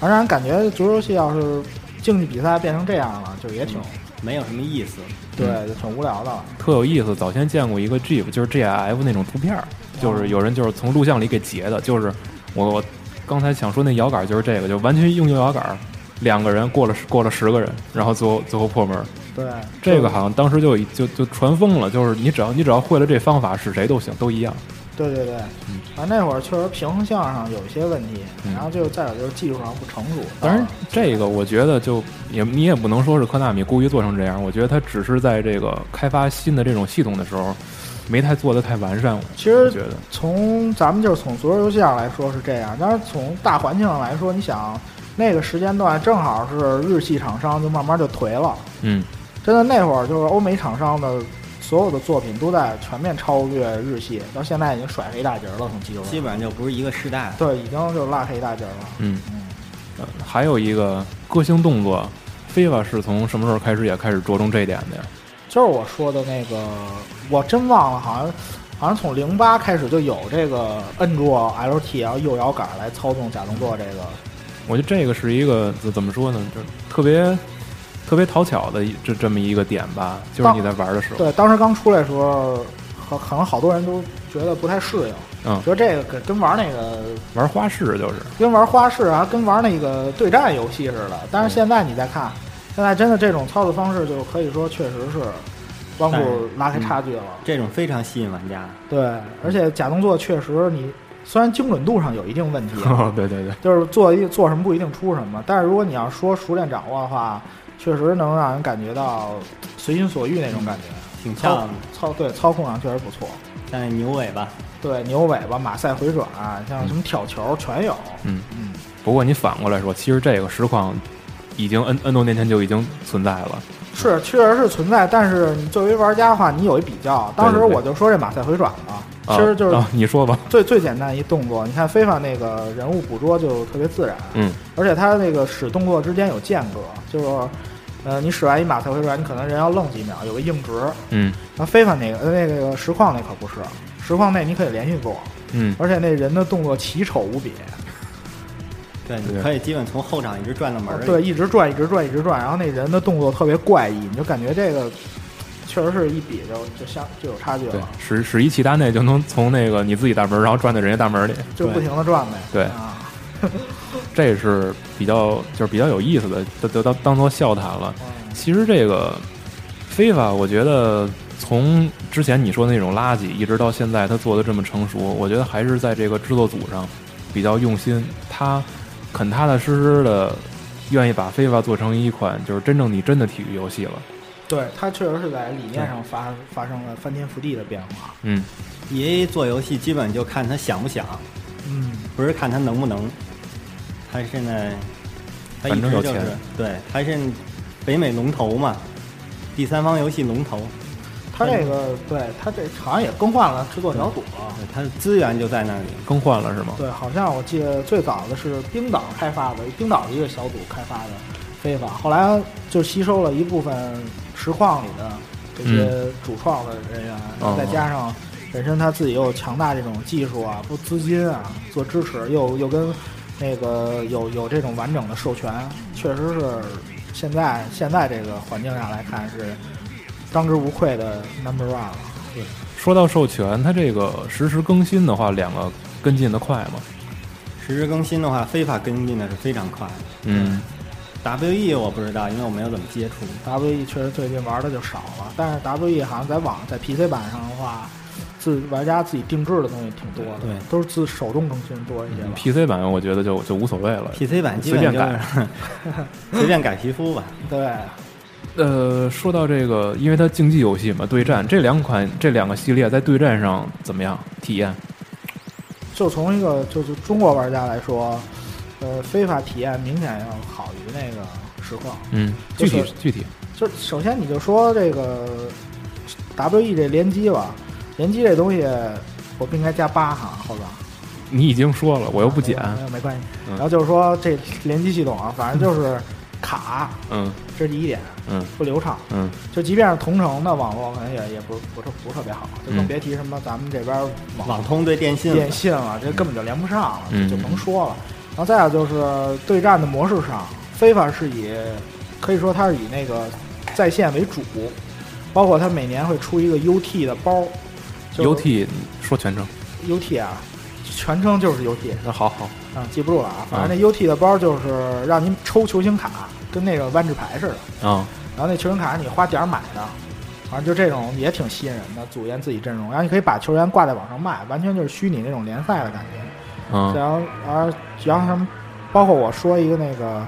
Speaker 6: 反正让人感觉足球游戏要是竞技比赛变成这样了，就也挺、
Speaker 5: 没有什么意思。
Speaker 6: 对，就挺无聊的了。
Speaker 4: 特有意思。早先见过一个 GIF，就是 GIF 那种图片儿，就是有人就是从录像里给截的，就是我我刚才想说那摇杆就是这个，就完全用右摇杆儿，两个人过了过了十个人，然后最后最后破门儿。
Speaker 6: 对，
Speaker 4: 这个好像当时就就就传疯了，就是你只要你只要会了这方法，是谁都行，都一样。
Speaker 6: 对对对，啊，那会儿确实平衡性上有一些问题，
Speaker 4: 嗯
Speaker 6: 然后就再有就是技术上不成熟。
Speaker 4: 当然，这个我觉得就也你也不能说是科纳米故意做成这样，我觉得他只是在这个开发新的这种系统的时候，没太做的太完善。
Speaker 6: 其实
Speaker 4: 我觉得，
Speaker 6: 从咱们就是从足球游戏上来说是这样，但是从大环境上来说，你想那个时间段正好是日系厂商就慢慢就颓了。
Speaker 4: 嗯，
Speaker 6: 真的那会儿就是欧美厂商的所有的作品都在全面超越日系，到现在已经甩黑大截儿了，从技术
Speaker 5: 基
Speaker 6: 上。
Speaker 5: 本上就不是一个时代了。
Speaker 6: 对，已经就落黑大截儿了。
Speaker 4: 嗯
Speaker 6: 嗯，
Speaker 4: 呃还有一个个性动作，FIFA 是从什么时候开始也开始着重这一点的呀？
Speaker 6: 就是我说的那个，我真忘了，好像好像从零八开始就有这个摁住 LT 然后右摇杆来操纵假动作这个。
Speaker 4: 我觉得这个是一个怎怎么说呢，就是特别特别讨巧的一这这么一个点吧，就是你在玩的时
Speaker 5: 嗯
Speaker 4: 候，
Speaker 6: 对，当时刚出来的时候，可可能好多人都觉得不太适应，
Speaker 4: 嗯
Speaker 6: 觉得这个跟跟玩那个
Speaker 4: 玩花式就是，
Speaker 6: 跟玩花式啊，跟玩那个对战游戏似的。但是现在你再看，现在真的这种操作方式，就可以说确实是帮助拉开差距了。
Speaker 5: 这种非常吸引玩家，
Speaker 6: 对，而且假动作确实你虽然精准度上有一定问 题 啊，
Speaker 4: 对对对，
Speaker 6: 就是做一做什么不一定出什么，但是如果你要说熟练掌握的话，确实能让人感觉到随心所欲那种感觉。
Speaker 5: 挺漂
Speaker 6: 操
Speaker 5: 亮的。
Speaker 6: 操对操控上确实不错。
Speaker 5: 像那牛尾巴，
Speaker 6: 对牛尾巴、马赛回转，啊像什么挑球全有。
Speaker 4: 嗯
Speaker 6: 嗯，
Speaker 4: 不过你反过来说，其实这个实况已经 N N 多年前就已经存在了，
Speaker 6: 是确实是存在，但是你作为玩家的话，你有一比较。当时
Speaker 4: 对对对
Speaker 6: 我就说这马赛回转嘛，其实就是
Speaker 4: 啊啊你说吧，
Speaker 6: 最最简单一动作。你看非法那个人物捕捉就特别自然，
Speaker 4: 嗯，
Speaker 6: 而且他那个使动作之间有间隔，就是说，呃，你使完一马赛回转，你可能人要愣几秒，有个硬直。
Speaker 4: 嗯
Speaker 6: 然后非法那个呃那个实况那可不是，实况那你可以连续做，
Speaker 4: 嗯，
Speaker 6: 而且那人的动作奇丑无比。
Speaker 5: 对，
Speaker 4: 对
Speaker 5: 你可以基本从后场一直转到门儿里。
Speaker 6: 对，一直转，一直转，一直转，然后那人的动作特别怪异，你就感觉这个确实是一比就就相就有差距
Speaker 4: 对
Speaker 6: 了，，
Speaker 4: 使使一齐达内就能从那个你自己大门，然后转到人家大门里，
Speaker 6: 就不停的转呗。
Speaker 4: 对
Speaker 6: 啊，
Speaker 4: 这是比较就是比较有意思的，就就当当做笑谈了。
Speaker 6: 嗯
Speaker 4: 其实这个非法，我觉得从之前你说的那种垃圾，一直到现在他做的这么成熟，我觉得还是在这个制作组上比较用心，他肯踏踏实实的愿意把非法做成一款就是真正你真的体育游戏了。
Speaker 6: 对，它确实是在理念上发发生了翻天覆地的变化。
Speaker 4: 嗯，
Speaker 5: EA E 做游戏基本就看他想不想，
Speaker 6: 嗯，
Speaker 5: 不是看他能不能。他现在，他一
Speaker 4: 反
Speaker 5: 直
Speaker 4: 正有
Speaker 5: 就是
Speaker 4: 钱
Speaker 5: 对，他是北美龙头嘛，第三方游戏龙头，
Speaker 6: 它这个对它这好像也更换了制作小组了。
Speaker 5: 对他的资源就在那里。
Speaker 4: 更换了是吗？
Speaker 6: 对，好像我记得最早的是冰岛开发的，冰岛的一个小组开发的非法，后来就吸收了一部分实况里的这些主创的人员，然后再加上本身他自己又强大这种技术啊、不资金啊做支持，又又跟那个有有这种完整的授权，确实是现在现在这个环境下来看是当之无愧的 number one 了。
Speaker 4: 说到授权，它这个实时更新的话，两个跟进的快嘛。
Speaker 5: 实时更新的话，非法跟进的是非常快的。
Speaker 4: 嗯，
Speaker 5: WE 我不知道，因为我没有怎么接触。
Speaker 6: WE E 确实最近玩的就少了，但是 WE 好像在网在 PC 版上的话，自玩家自己定制的东西挺多的，
Speaker 5: 对
Speaker 6: 都是自手动更新多一些吧。
Speaker 4: PC 嗯版我觉得就就无所谓了。
Speaker 5: PC 版基
Speaker 4: 随便
Speaker 5: 本就是
Speaker 4: 改。
Speaker 5: 随便改皮肤吧。
Speaker 6: 对，
Speaker 4: 呃，说到这个，因为它竞技游戏嘛，对战这两款这两个系列在对战上怎么样体验？
Speaker 6: 就从一个就是中国玩家来说，呃，非法体验明显要好于那个实况。
Speaker 4: 嗯，具
Speaker 6: 就是
Speaker 4: 体具体，
Speaker 6: 就首先你就说这个 WE 这联机吧，联机这东西我不应该加八行后边儿，
Speaker 4: 你已经说了，我又不剪。
Speaker 6: 没呃有没关系。
Speaker 4: 嗯
Speaker 6: 然后就是说这联机系统啊，反正就是卡，
Speaker 4: 嗯
Speaker 6: 这是第一点，
Speaker 4: 嗯
Speaker 6: 不流畅。
Speaker 4: 嗯
Speaker 6: 就即便是同城的网络，可能也也不不是不是特别好，就
Speaker 4: 嗯
Speaker 6: 更别提什么咱们这边儿
Speaker 5: 网通对电信了，
Speaker 6: 电信了，这根本就连不上了，
Speaker 4: 嗯
Speaker 6: 就甭说了。然后再有就是对战的模式上，非法是以可以说它是以那个在线为主，包括它每年会出一个 UT 的包就是
Speaker 4: ，UT 说全称，
Speaker 6: UT 啊，全称就是 UT
Speaker 4: 那好好，
Speaker 6: 啊，记不住了啊。反正那 UT 的包就是让您抽球星卡，跟那个万智牌似的。
Speaker 4: 啊，
Speaker 6: 然后那球员卡是你花点儿买的，反正就这种也挺吸引人的，组建自己阵容，然后你可以把球员挂在网上卖，完全就是虚拟那种联赛的感觉。
Speaker 4: 嗯
Speaker 6: 然后，然后，然后什么，包括我说一个那个，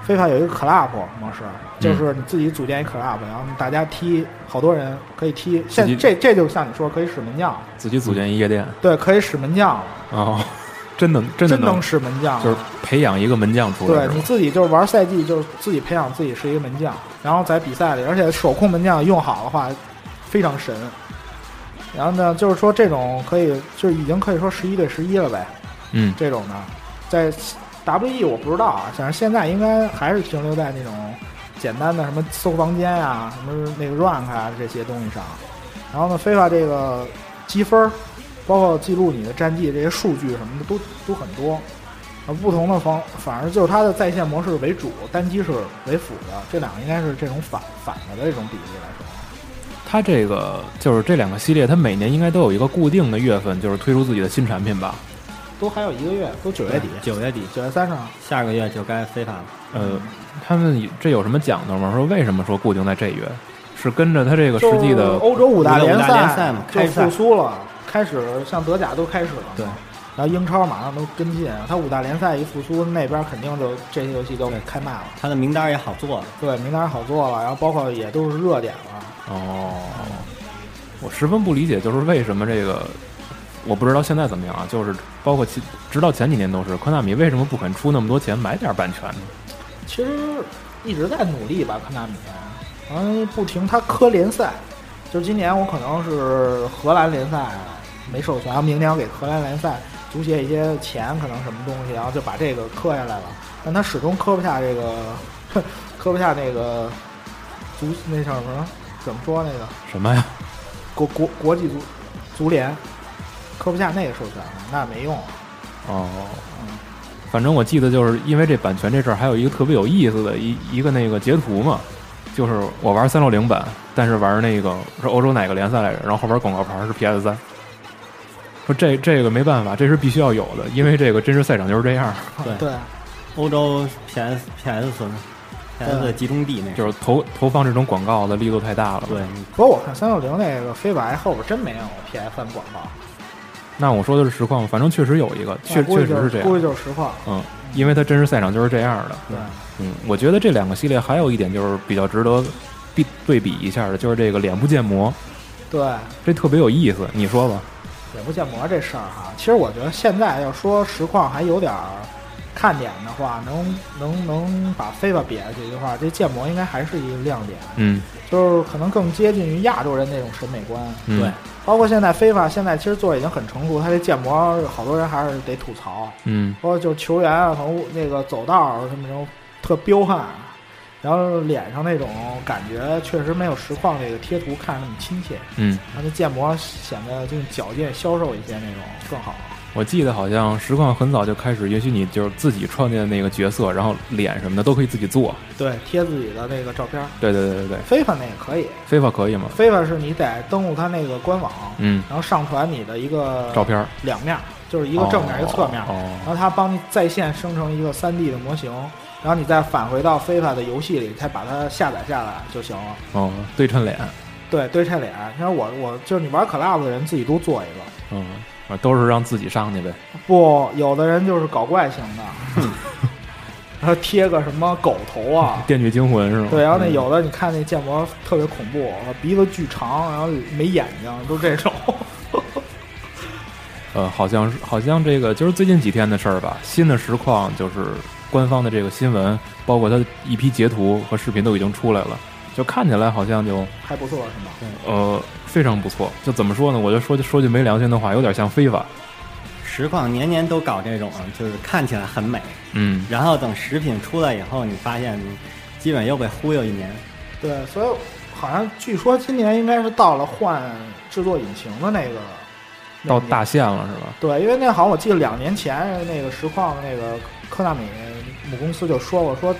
Speaker 6: 非法有一个 club 模式，就是你自己组建一 club，、然后大家踢，好多人可以踢。
Speaker 4: 自己
Speaker 6: 现这这就像你说可以使门将了，
Speaker 4: 自己组建一夜店
Speaker 6: 对，可以使门将了，
Speaker 4: 哦， 真的真的
Speaker 6: 真能
Speaker 4: 能，
Speaker 6: 使门将了，
Speaker 4: 就是培养一个门将出来
Speaker 6: 对，
Speaker 4: 是
Speaker 6: 你
Speaker 4: 吧？
Speaker 6: 自己就是玩赛季，就是自己培养自己是一个门将，然后在比赛里，而且手控门将用好的话，非常神。然后呢，就是说这种可以，就是已经可以说十一对十一了呗，
Speaker 4: 嗯，
Speaker 6: 这种的，在 WE 我不知道啊，反正现在应该还是停留在那种简单的什么搜房间啊、什么那个 rank 啊这些东西上。然后呢，FIFA 这个积分儿，包括记录你的战绩这些数据什么的都都很多。而不同的方，反正就是它的在线模式为主，单机是为辅的，这两个应该是这种反反着的这种比例来说。
Speaker 4: 它这个就是这两个系列，它每年应该都有一个固定的月份，就是推出自己的新产品吧？
Speaker 6: 都还有一个月，都九月底，
Speaker 5: 九月底，
Speaker 6: 九月三十号。
Speaker 5: 下个月就该非法了。
Speaker 4: 呃，他们以这有什么讲究吗？说为什么说固定在这月？是跟着它这个实际的
Speaker 6: 就欧洲五大联
Speaker 5: 五大联赛嘛
Speaker 6: 就
Speaker 5: 开赛
Speaker 6: 复苏了，开始像德甲都开始了，
Speaker 5: 对，
Speaker 6: 然后英超马上都跟进，它五大联赛一复苏，那边肯定就这些游戏都开卖了，
Speaker 5: 他的名单也好做，
Speaker 6: 对，名单好做了，然后包括也都是热点了，
Speaker 4: 哦，我十分不理解，就是为什么这个，我不知道现在怎么样啊，就是包括其直到前几年都是科纳米为什么不肯出那么多钱买点版权呢？
Speaker 6: 其实一直在努力吧，科纳米，然后不停它磕联赛，就是今年我可能是荷兰联赛没授权，明年我给荷兰联赛足协一些钱，可能什么东西，然后就把这个磕下来了，但他始终磕不下这个， 磕不下那个足那叫什么？怎么说那个
Speaker 4: 什么呀？
Speaker 6: 国国国际足足联磕不下那个授权，那也没用。
Speaker 4: 哦，反正我记得就是因为这版权这事儿，还有一个特别有意思的一一个那个截图嘛，就是我玩三六零版，但是玩那个是欧洲哪个联赛来着，然后后边广告牌是 PS 三。说这这个没办法，这是必须要有的，因为这个真实赛场就是这样，
Speaker 5: 对
Speaker 6: 对
Speaker 5: 欧洲 PS PS PS 集中地那
Speaker 4: 就是是投投放这种广告的力度太大了。
Speaker 5: 对，
Speaker 6: 不过我看三六零那个飞白后边真没有 PS 三广告，
Speaker 4: 那我说的是实况，反正确实有一个，确
Speaker 6: 那啊估
Speaker 4: 确
Speaker 6: 计就
Speaker 4: 实是这
Speaker 6: 估
Speaker 4: 样。
Speaker 6: 计就是实况。
Speaker 4: 嗯，因为它真实赛场就是这样的。
Speaker 6: 对，
Speaker 4: 嗯，我觉得这两个系列还有一点就是比较值得比对比一下的，就是这个脸部建模，
Speaker 6: 对，
Speaker 4: 这特别有意思。你说吧，
Speaker 6: 脸部建模这事儿哈，其实我觉得现在要说实况还有点儿看点的话，能能能把 FIFA 比下去的话，这建模应该还是一个亮点，
Speaker 4: 嗯，
Speaker 6: 就是可能更接近于亚洲人那种审美观。
Speaker 4: 嗯
Speaker 5: 对，
Speaker 6: 包括现在 FIFA 现在其实做得已经很成熟，它这建模好多人还是得吐槽，
Speaker 4: 嗯
Speaker 6: 包括就是球员啊，从那个走道儿什么那种特彪悍，啊然后脸上那种感觉确实没有实况这个贴图看着那么亲切，
Speaker 4: 嗯，
Speaker 6: 然后那建模显得更矫健、消瘦一些那种更好。
Speaker 4: 我记得好像实况很早就开始允许你就是自己创建那个角色，然后脸什么的都可以自己做。
Speaker 6: 对，贴自己的那个照片儿。
Speaker 4: 对对对对对
Speaker 6: FIFA 那也可以
Speaker 4: ，FIFA 可以吗？
Speaker 6: ，FIFA 是你得登录它那个官网，
Speaker 4: 嗯，
Speaker 6: 然后上传你的一个
Speaker 4: 照片儿
Speaker 6: 两面儿，就是一个正面儿一个侧面儿，
Speaker 4: 哦
Speaker 6: 然后它帮你在线生成一个 3D 的模型，然后你再返回到 FIFA 的游戏里，再把它下载下来就行了。
Speaker 4: 哦，对称脸，
Speaker 6: 对，对称脸，你看我我就是你玩 Club 的人自己都做一个，
Speaker 4: 嗯，啊都是让自己上去呗。
Speaker 6: 不，有的人就是搞怪型的，
Speaker 4: 嗯
Speaker 6: 然后贴个什么狗头啊，
Speaker 4: 电锯惊魂是吗？
Speaker 6: 对，然后那
Speaker 4: 嗯
Speaker 6: 有的你看那建模特别恐怖，啊鼻子巨长，然后没眼睛，都这 种。
Speaker 4: 呃，好像是好像这个就是最近几天的事儿吧。新的实况就是官方的这个新闻，包括它一批截图和视频都已经出来了，就看起来好像就
Speaker 6: 还不错是吗？
Speaker 4: 呃非常不错。就怎么说呢？我就说说句没良心的话，有点像非法。
Speaker 5: 实况年年都搞这种，就是看起来很美，
Speaker 4: 嗯，
Speaker 5: 然后等食品出来以后，你发现基本又被忽悠一年。
Speaker 6: 对，所以好像据说今年应该是到了换制作引擎的那个那
Speaker 4: 到
Speaker 6: 个
Speaker 4: 大限了是吧？
Speaker 6: 对，因为那好像我记得两年前那个实况那个科纳米母公司就说过，说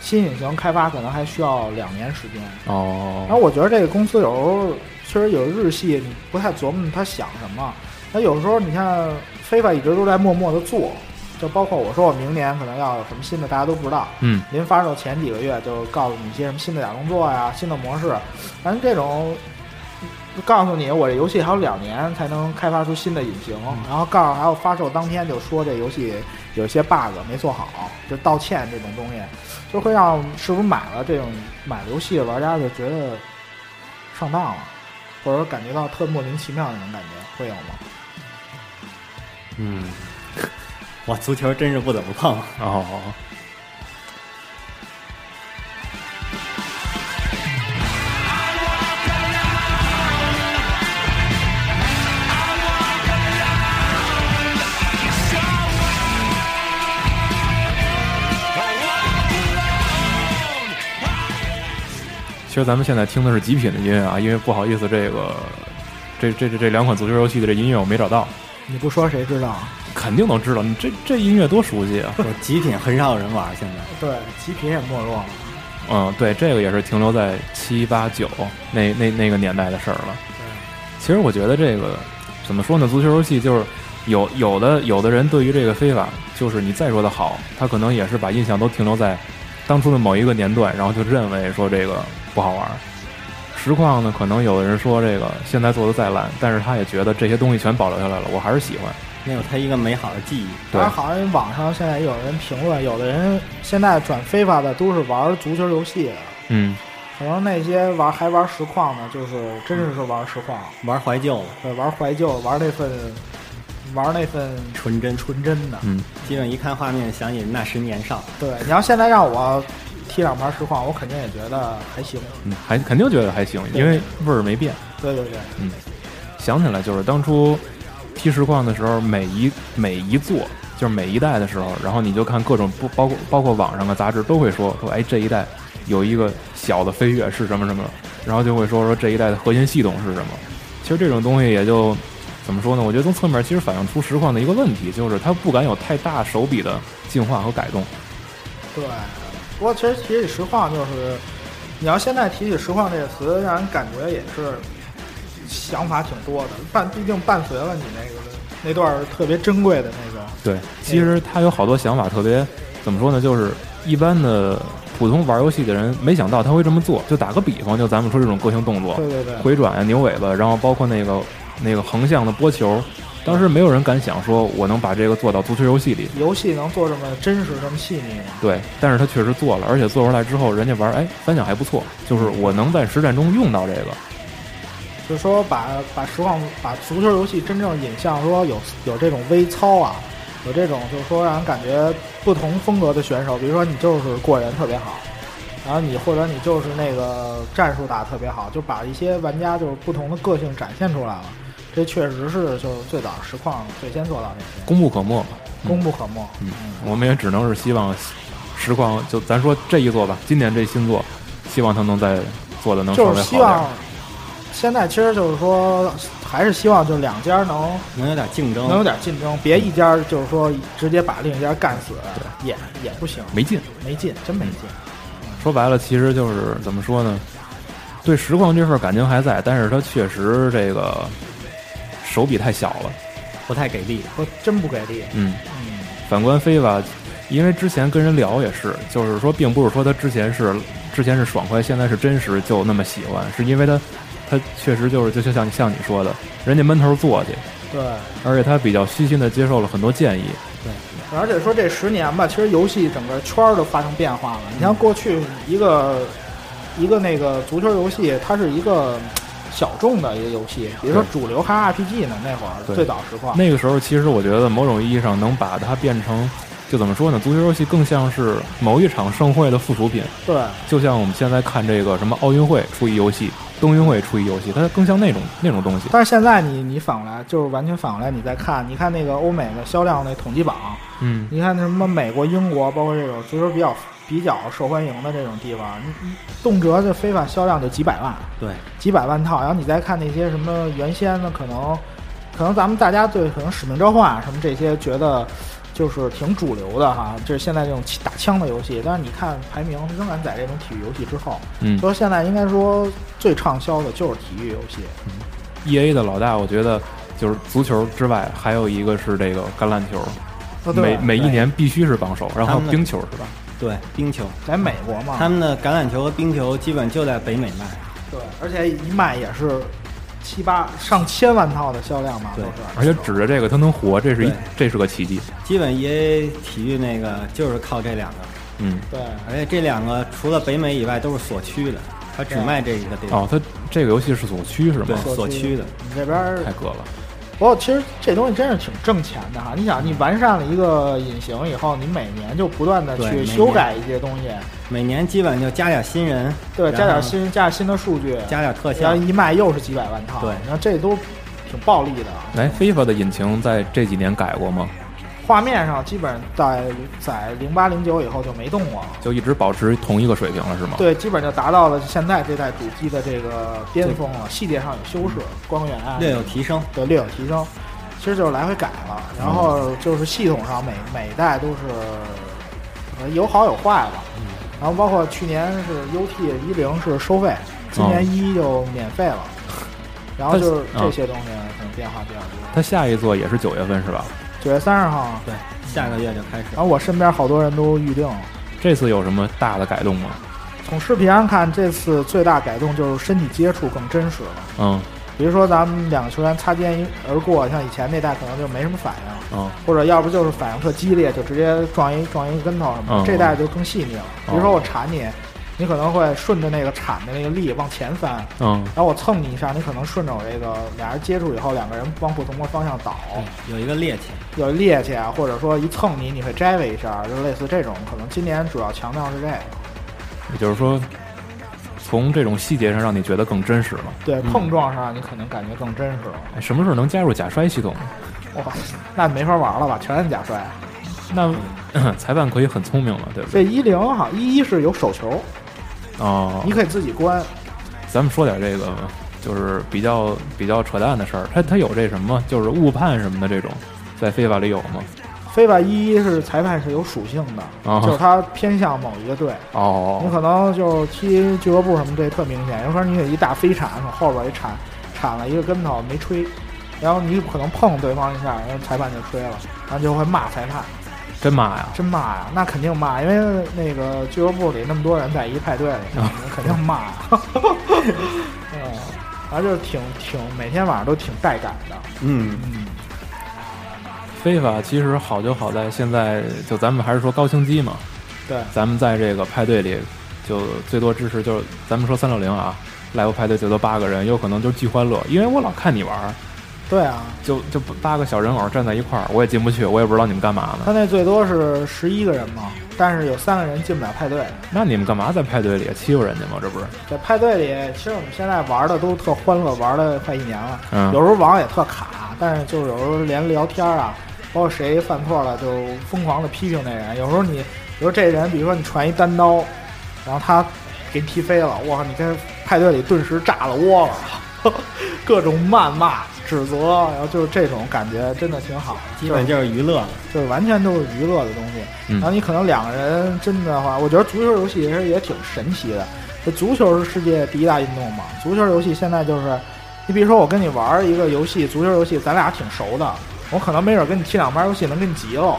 Speaker 6: 新引擎开发可能还需要两年时间。然后
Speaker 4: 哦，
Speaker 6: 我觉得这个公司有时候确实有日系，你不太琢磨他想什么。那有时候你看非法一直都在默默的做，就包括我说我明年可能要有什么新的，大家都不知道。
Speaker 4: 嗯，
Speaker 6: 临发售前几个月就告诉你一些什么新的假动作呀、新的模式，反正这种告诉你我这游戏还有两年才能开发出新的引擎，然后告诉还有发售当天就说这游戏有一些 bug 没做好，就道歉这种东西，就会让是不是买了这种买了游戏的玩家就觉得上当了，或者说感觉到特莫名其妙那种感觉，会有吗？
Speaker 5: 嗯，我足球真是不怎么碰。
Speaker 4: 哦，其实咱们现在听的是极品的音乐啊，因为不好意思，这个这这这这两款足球游戏的这音乐我没找到，
Speaker 6: 你不说谁知道？啊
Speaker 4: 肯定能知道。你这这音乐多熟悉啊！
Speaker 5: 我极品很少有人玩，现在
Speaker 6: 对，极品也没落了。
Speaker 4: 嗯，对，这个也是停留在七八九那那那个年代的事儿了。其实我觉得这个怎么说呢？足球游戏就是有有的有的人对于这个非法，就是你再说的好，他可能也是把印象都停留在当初的某一个年段，然后就认为说这个不好玩儿。实况呢，可能有的人说这个现在做的再烂，但是他也觉得这些东西全保留下来了，我还是喜欢。
Speaker 5: 没有他一个美好的记忆。
Speaker 4: 对
Speaker 6: 当然，好像网上现在有人评论，有的人现在转非法的都是玩足球游戏，
Speaker 4: 嗯，
Speaker 6: 可能那些玩还玩实况呢，就是真是是玩实况，
Speaker 5: 玩怀旧了，
Speaker 6: 对，玩怀旧，玩那份玩那份
Speaker 5: 纯 真，
Speaker 6: 纯真的。
Speaker 5: 基本一看画面想起那时年少。
Speaker 6: 对，你要现在让我踢两盘实况，我肯定也觉得还行。
Speaker 4: 嗯还肯定觉得还行，因为味儿没变。
Speaker 6: 对对对，
Speaker 4: 想起来就是当初踢实况的时候，每一每一座就是每一代的时候，然后你就看各种不包括包括网上的杂志都会说说，哎，这一代有一个小的飞跃是什么什么，然后就会说说这一代的核心系统是什么。其实这种东西也就怎么说呢？我觉得从侧面其实反映出实况的一个问题，就是它不敢有太大手笔的进化和改动。
Speaker 6: 对，不过其实提起实况，就是你要现在提起实况这个词，让人感觉也是想法挺多的，伴毕竟伴随了你那个那段儿特别珍贵的那个。
Speaker 4: 对，其实他有好多想法特别，怎么说呢？就是一般的普通玩游戏的人没想到他会这么做。就打个比方，就咱们说这种个性动作
Speaker 6: 对，对对，
Speaker 4: 回转呀、牛尾巴，然后包括那个那个横向的拨球，当时没有人敢想说我能把这个做到足球游戏里。
Speaker 6: 游戏能做这么真实、这么细腻吗？
Speaker 4: 对，但是他确实做了，而且做出来之后，人家玩哎反响还不错，就是我能在实战中用到这个。
Speaker 6: 嗯就是说把把实况、把足球游戏真正引向说有有这种微操啊，有这种就是说让人感觉不同风格的选手，比如说你就是过人特别好，然后你或者你就是那个战术打得特别好，就把一些玩家就是不同的个性展现出来了。这确实是就是最早实况最先做到这些，
Speaker 4: 功不可没吧，
Speaker 6: 功不可没。嗯，
Speaker 4: 我们也只能是希望实况，就咱说这一座吧，今年这新作，希望他能在做的能稍微
Speaker 6: 就
Speaker 4: 好
Speaker 6: 是
Speaker 4: 点。
Speaker 6: 希望现在其实就是说还是希望就两家能。
Speaker 5: 能有点竞争，
Speaker 6: 能有点竞争，别一家就是说直接把另一家干死，也也不行，
Speaker 4: 没劲。
Speaker 6: 没劲，真没劲。
Speaker 4: 说白了，其实就是怎么说呢？对实况这份感情还在，但是他确实这个手笔太小了。
Speaker 5: 不太给力。
Speaker 6: 我真不给力。
Speaker 4: 嗯，
Speaker 6: 嗯，
Speaker 4: 反观飞吧，因为之前跟人聊也是，就是说，并不是说他之前是之前是爽快，现在是真实就那么喜欢，是因为他他确实就是就就像像你说的，人家闷头做去，
Speaker 6: 对，
Speaker 4: 而且他比较虚心的接受了很多建议。
Speaker 6: 而且说这十年吧，其实游戏整个圈儿都发生变化了。你像过去一个一个那个足球游戏，它是一个小众的一个游戏，比如说主流还是 RPG 呢，那会儿
Speaker 4: 对
Speaker 6: 最早实况。
Speaker 4: 那个时候，其实我觉得某种意义上能把它变成，就怎么说呢？足球游戏更像是某一场盛会的附属品，
Speaker 6: 对
Speaker 4: 就像我们现在看这个什么奥运会出一游戏，冬运会出一游戏，它更像那种那种东西。
Speaker 6: 但是现在你你反过来就是完全反过来，你再看，你看那个欧美的销量那统计榜，
Speaker 4: 嗯，
Speaker 6: 你看什么美国、英国，包括这种足球比较比较受欢迎的这种地方，你你动辄这非法销量就几百万，
Speaker 5: 对，
Speaker 6: 几百万套。然后你再看那些什么原先的，可能可能咱们大家对可能使命召唤啊什么这些觉得就是挺主流的哈，这是现在这种打枪的游戏。但是你看排名仍然在这种体育游戏之后，
Speaker 4: 嗯
Speaker 6: 所以现在应该说最畅销的就是体育游戏。
Speaker 4: ，E A 的老大，我觉得就是足球之外，还有一个是这个橄榄球，
Speaker 6: 哦对
Speaker 4: 每
Speaker 6: 了
Speaker 4: 每一年必须是榜首，然后
Speaker 5: 他们
Speaker 4: 冰球是吧？
Speaker 5: 对，冰球，
Speaker 6: 在美国嘛，
Speaker 5: 他们的橄榄球、冰球基本就在北美卖。
Speaker 6: 对，而且一卖也是七八上千万套的销量嘛，都
Speaker 5: 对
Speaker 6: 是。
Speaker 4: 而且指着这个他能活，这是一这
Speaker 5: 对
Speaker 4: 是个奇迹。
Speaker 5: 基本 EA 体育那个就是靠这两个，
Speaker 4: 嗯，
Speaker 6: 对
Speaker 5: 而且这两个除了北美以外都是锁区的，它只卖这一个地方。
Speaker 4: 哦，它这个游戏是锁区是
Speaker 5: 对
Speaker 4: 吗？，
Speaker 5: 锁区的，
Speaker 6: 你这边儿
Speaker 4: 太哥了。
Speaker 6: 不过其实这东西真是挺挣钱的哈。你想，你完善了一个隐形以后，你每年就不断的
Speaker 5: 对
Speaker 6: 去
Speaker 5: 每
Speaker 6: 修
Speaker 5: 年
Speaker 6: 改一些东西，
Speaker 5: 每年基本就加点新人，
Speaker 6: 对，加
Speaker 5: 然
Speaker 6: 点
Speaker 5: 后
Speaker 6: 新加点新的数据，
Speaker 5: 加点特
Speaker 6: 然
Speaker 5: 效
Speaker 6: 后，一卖又是几百万套，
Speaker 5: 对
Speaker 6: 然后这都挺暴利的。
Speaker 4: 来，FIFA 哎的引擎在这几年改过吗？
Speaker 6: 画面上基本在在零八零九以后就没动过了，
Speaker 4: 就一直保持同一个水平了是吗？
Speaker 6: 对，基本就达到了现在这代主机的这个巅峰了。细节上有修饰，
Speaker 5: 嗯
Speaker 6: 光源啊，
Speaker 5: 略有提升。
Speaker 6: 对略有提升，其实就是来回改了。然后就是系统上每每代都是呃有好有坏吧。然后包括去年是 UT 一零是收费，今年一就免费了。然后就是
Speaker 4: 但是
Speaker 6: 这些东西可能变化比较多。
Speaker 4: 它下一座也是九月份是吧？
Speaker 6: 九月三十号，
Speaker 5: 对，下个月就开始。
Speaker 6: 然后我身边好多人都预定了。
Speaker 4: 这次有什么大的改动吗？
Speaker 6: 从视频上看，这次最大改动就是身体接触更真实了。
Speaker 4: 嗯
Speaker 6: 比如说咱们两个球员擦肩而过，像以前那代可能就没什么反应。
Speaker 4: 嗯，
Speaker 6: 或者要不就是反应特激烈，就直接撞一撞一跟头什么
Speaker 4: 嗯哦
Speaker 6: 的。这代就更细腻了，比如说我铲你，你可能会顺着那个铲的那个力往前翻，
Speaker 4: 嗯，
Speaker 6: 然后我蹭你一下，你可能顺着我这个俩人接触以后，两个人往不同的方向倒，
Speaker 4: 嗯
Speaker 5: 对，有一个趔趄，
Speaker 6: 有趔趄啊，或者说一蹭你，你会摘尾一下，就类似这种。可能今年主要强调是这个，
Speaker 4: 也就是说，从这种细节上让你觉得更真实了。
Speaker 6: 对碰撞上你可能感觉更真实了。
Speaker 4: 哎，什么时候能加入假摔系统？
Speaker 6: 哇，那没法玩了吧？全按假摔。
Speaker 4: 那 裁判可以很聪明了，对不对？
Speaker 6: 这一零哈，一一是有手球，
Speaker 4: 哦
Speaker 6: 你，可以自己关，
Speaker 4: 咱们说点这个就是比较比较扯淡的事儿。它它有这什么，就是误判什么的这种，在非法里有吗？
Speaker 6: 非法一一是裁判是有属性的，
Speaker 4: 啊
Speaker 6: 就是他偏向某一个队。你
Speaker 4: 哦，
Speaker 6: 可能就是踢俱乐部什么队特明显，有可能你有一大飞铲从后边一铲，铲了一个跟头没吹，然后你可能碰对方一下，然后裁判就吹了，然后就会骂裁判，
Speaker 4: 真骂呀！
Speaker 6: 真骂呀，那肯定骂，因为那个俱乐部里那么多人在一派对里，
Speaker 4: 啊
Speaker 6: 肯定骂 呀。嗯，反正就是挺挺每天晚上都挺带感的。
Speaker 5: 嗯，
Speaker 4: 非法其实好就好在现在，就咱们还是说高清机嘛，
Speaker 6: 对，
Speaker 4: 咱们在这个派对里，就最多支持就是咱们说三六零啊，live 派对最多八个人，有可能就是巨欢乐，因为我老看你玩儿，
Speaker 6: 对啊，
Speaker 4: 就就八个小人偶站在一块儿，我也进不去，我也不知道你们干嘛
Speaker 6: 他
Speaker 4: 呢。
Speaker 6: 那最多是十一个人嘛，但是有三个人进不了派对。
Speaker 4: 那你们干嘛在派对里欺负人家吗？这不是？
Speaker 6: 在派对里，其实我们现在玩的都特欢乐，玩了快一年了。
Speaker 4: 嗯
Speaker 6: 有时候网也特卡，但是就有时候连聊天啊，包括谁犯错了，就疯狂的批评那人。有时候你，比如这人，比如说你传一单刀，然后他给你踢飞了，哇，你在派对里顿时炸了 窝了，各种谩骂、指责，然后就是这种感觉，真的挺好的。
Speaker 5: 基本就是娱乐了。
Speaker 6: 就是完全都是娱乐的东西。
Speaker 4: 嗯
Speaker 6: 然后你可能两个人真的话，我觉得足球游戏其实也挺神奇的。这足球是世界第一大运动嘛，足球游戏现在就是，你比如说我跟你玩一个游
Speaker 4: 哦
Speaker 6: 戏，足球游戏，咱俩挺熟的，我可能没准跟你踢两盘游戏能跟你急了。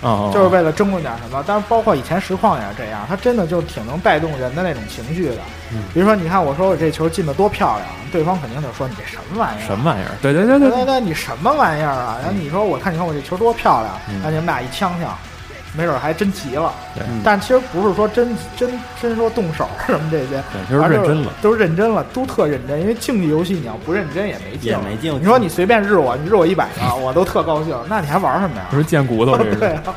Speaker 4: 啊，
Speaker 6: 就是为了争论点什么。但是包括以前实况也是这样，他真的就挺能带动人的那种情绪的。
Speaker 4: 嗯
Speaker 6: 比如说，你看我说我这球进的多漂亮，对方肯定就说你这什么玩意儿，啊
Speaker 4: 什么玩意儿？对对对
Speaker 6: 对
Speaker 4: 对
Speaker 6: 对
Speaker 4: 对，
Speaker 6: 对，你什么玩意儿啊？然后你说我看你看我这球多漂亮，
Speaker 4: 嗯
Speaker 6: 然后你们俩一呛呛，没准还真急了
Speaker 4: 对。
Speaker 6: 但其实不是说真真真说动手什么这些，
Speaker 4: 对就是
Speaker 6: 而
Speaker 4: 认真了，
Speaker 6: 都是认真了，都特认真。因为竞技游戏你要不认真也没劲，
Speaker 5: 也没劲
Speaker 6: 你说你随便日我，你日我一百个，我都特高兴，那你还玩什么呀
Speaker 4: 不？是贱骨头这
Speaker 6: 对
Speaker 4: 是。
Speaker 6: 啊，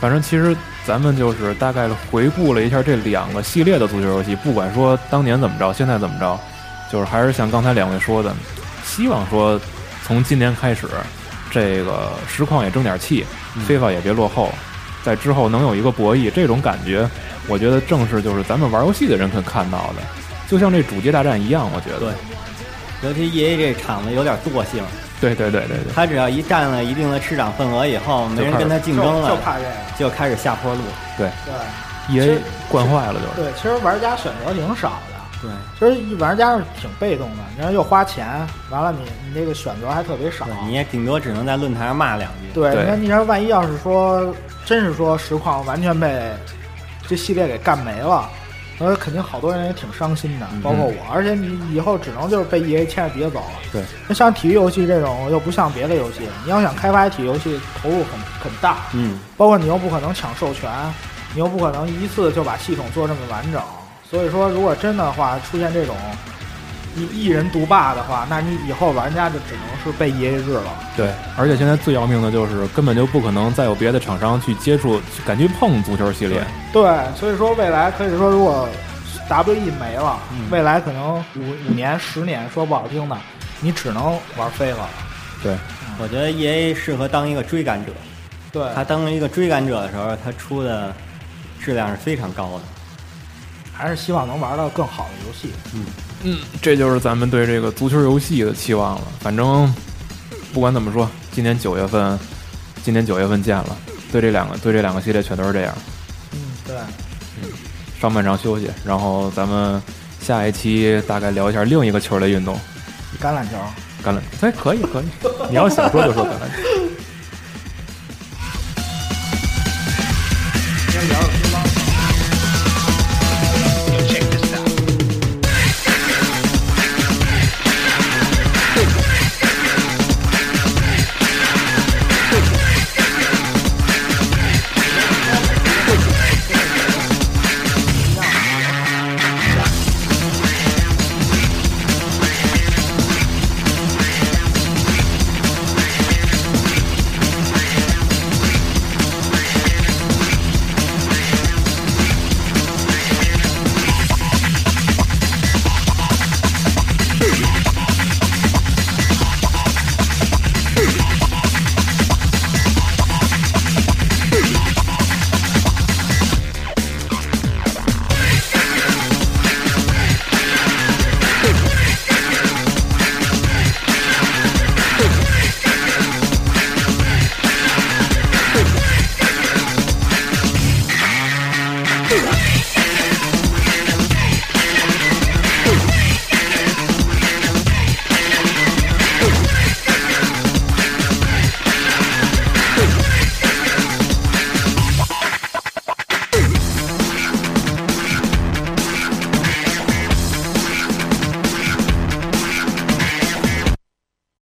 Speaker 4: 反正其实咱们就是大概回顾了一下这两个系列的足球游戏，不管说当年怎么着，现在怎么着，就是还是像刚才两位说的，希望说从今年开始，这个实况也争点气，
Speaker 6: 嗯
Speaker 4: 非法也别落后，在之后能有一个博弈，这种感觉，我觉得正是就是咱们玩游戏的人可以看到的，就像这主机大战一样，我觉得。
Speaker 5: 尤其 EA 这厂子有点惰 性，
Speaker 4: 对对对对对
Speaker 5: 他只要一占了一定的市场份额以后，没人跟他竞
Speaker 6: 就
Speaker 5: 争了，
Speaker 6: 就怕这个。
Speaker 5: 就开始下坡路。
Speaker 6: 对
Speaker 4: 嗯对
Speaker 6: 其
Speaker 4: ，EA
Speaker 6: 实
Speaker 4: ，E 惯坏了就是。
Speaker 6: 对，其实玩家选择挺少的。
Speaker 5: 对，
Speaker 6: 其实一玩家是挺被动的，你要又花钱，完了你你这个选择还特别少。
Speaker 5: 对，你也顶多只能在论坛上骂两句。
Speaker 6: 对，
Speaker 4: 对
Speaker 6: 那你要万一要是说真是说实况完全被这系列给干没了，那肯定好多人也挺伤心的，
Speaker 4: 嗯
Speaker 6: 包括我。而且你以后只能就是被 EA 牵着鼻子走了。
Speaker 4: 对，
Speaker 6: 那像体育游戏这种又不像别的游戏，你要想开发体育游戏，投入很很大，
Speaker 5: 嗯，
Speaker 6: 包括你又不可能抢授权，你又不可能一次就把系统做这么完整。所以说，如果真的话出现这种一一人独霸的话，那你以后玩家就只能是被 EA 制了。
Speaker 4: 对，而且现在最要命的就是根本就不可能再有别的厂商去接触、去敢去碰足球系列。
Speaker 6: 对，所以说未来可以说，如果 WE 没了，未来可能五五年、十年，说不好听的，你只能玩飞了。
Speaker 4: 对，
Speaker 5: 我觉得 EA 适合当一个追赶者。
Speaker 6: 对，
Speaker 5: 他当一个追赶者的时候，他出的质量是非常高的。
Speaker 6: 还是希望能玩到更好的游戏。
Speaker 4: 嗯，这就是咱们对这个足球游戏的期望了。反正不管怎么说，今年九月份，今年九月份见了。对这两个，对这两个系列全都是这样。
Speaker 6: 嗯，对，
Speaker 4: 上半场休息，然后咱们下一期大概聊一下另一个球类运动
Speaker 6: 橄榄球。
Speaker 4: ——橄榄。哎，可以，可以，你要想说就 说橄榄球。
Speaker 6: 今天聊的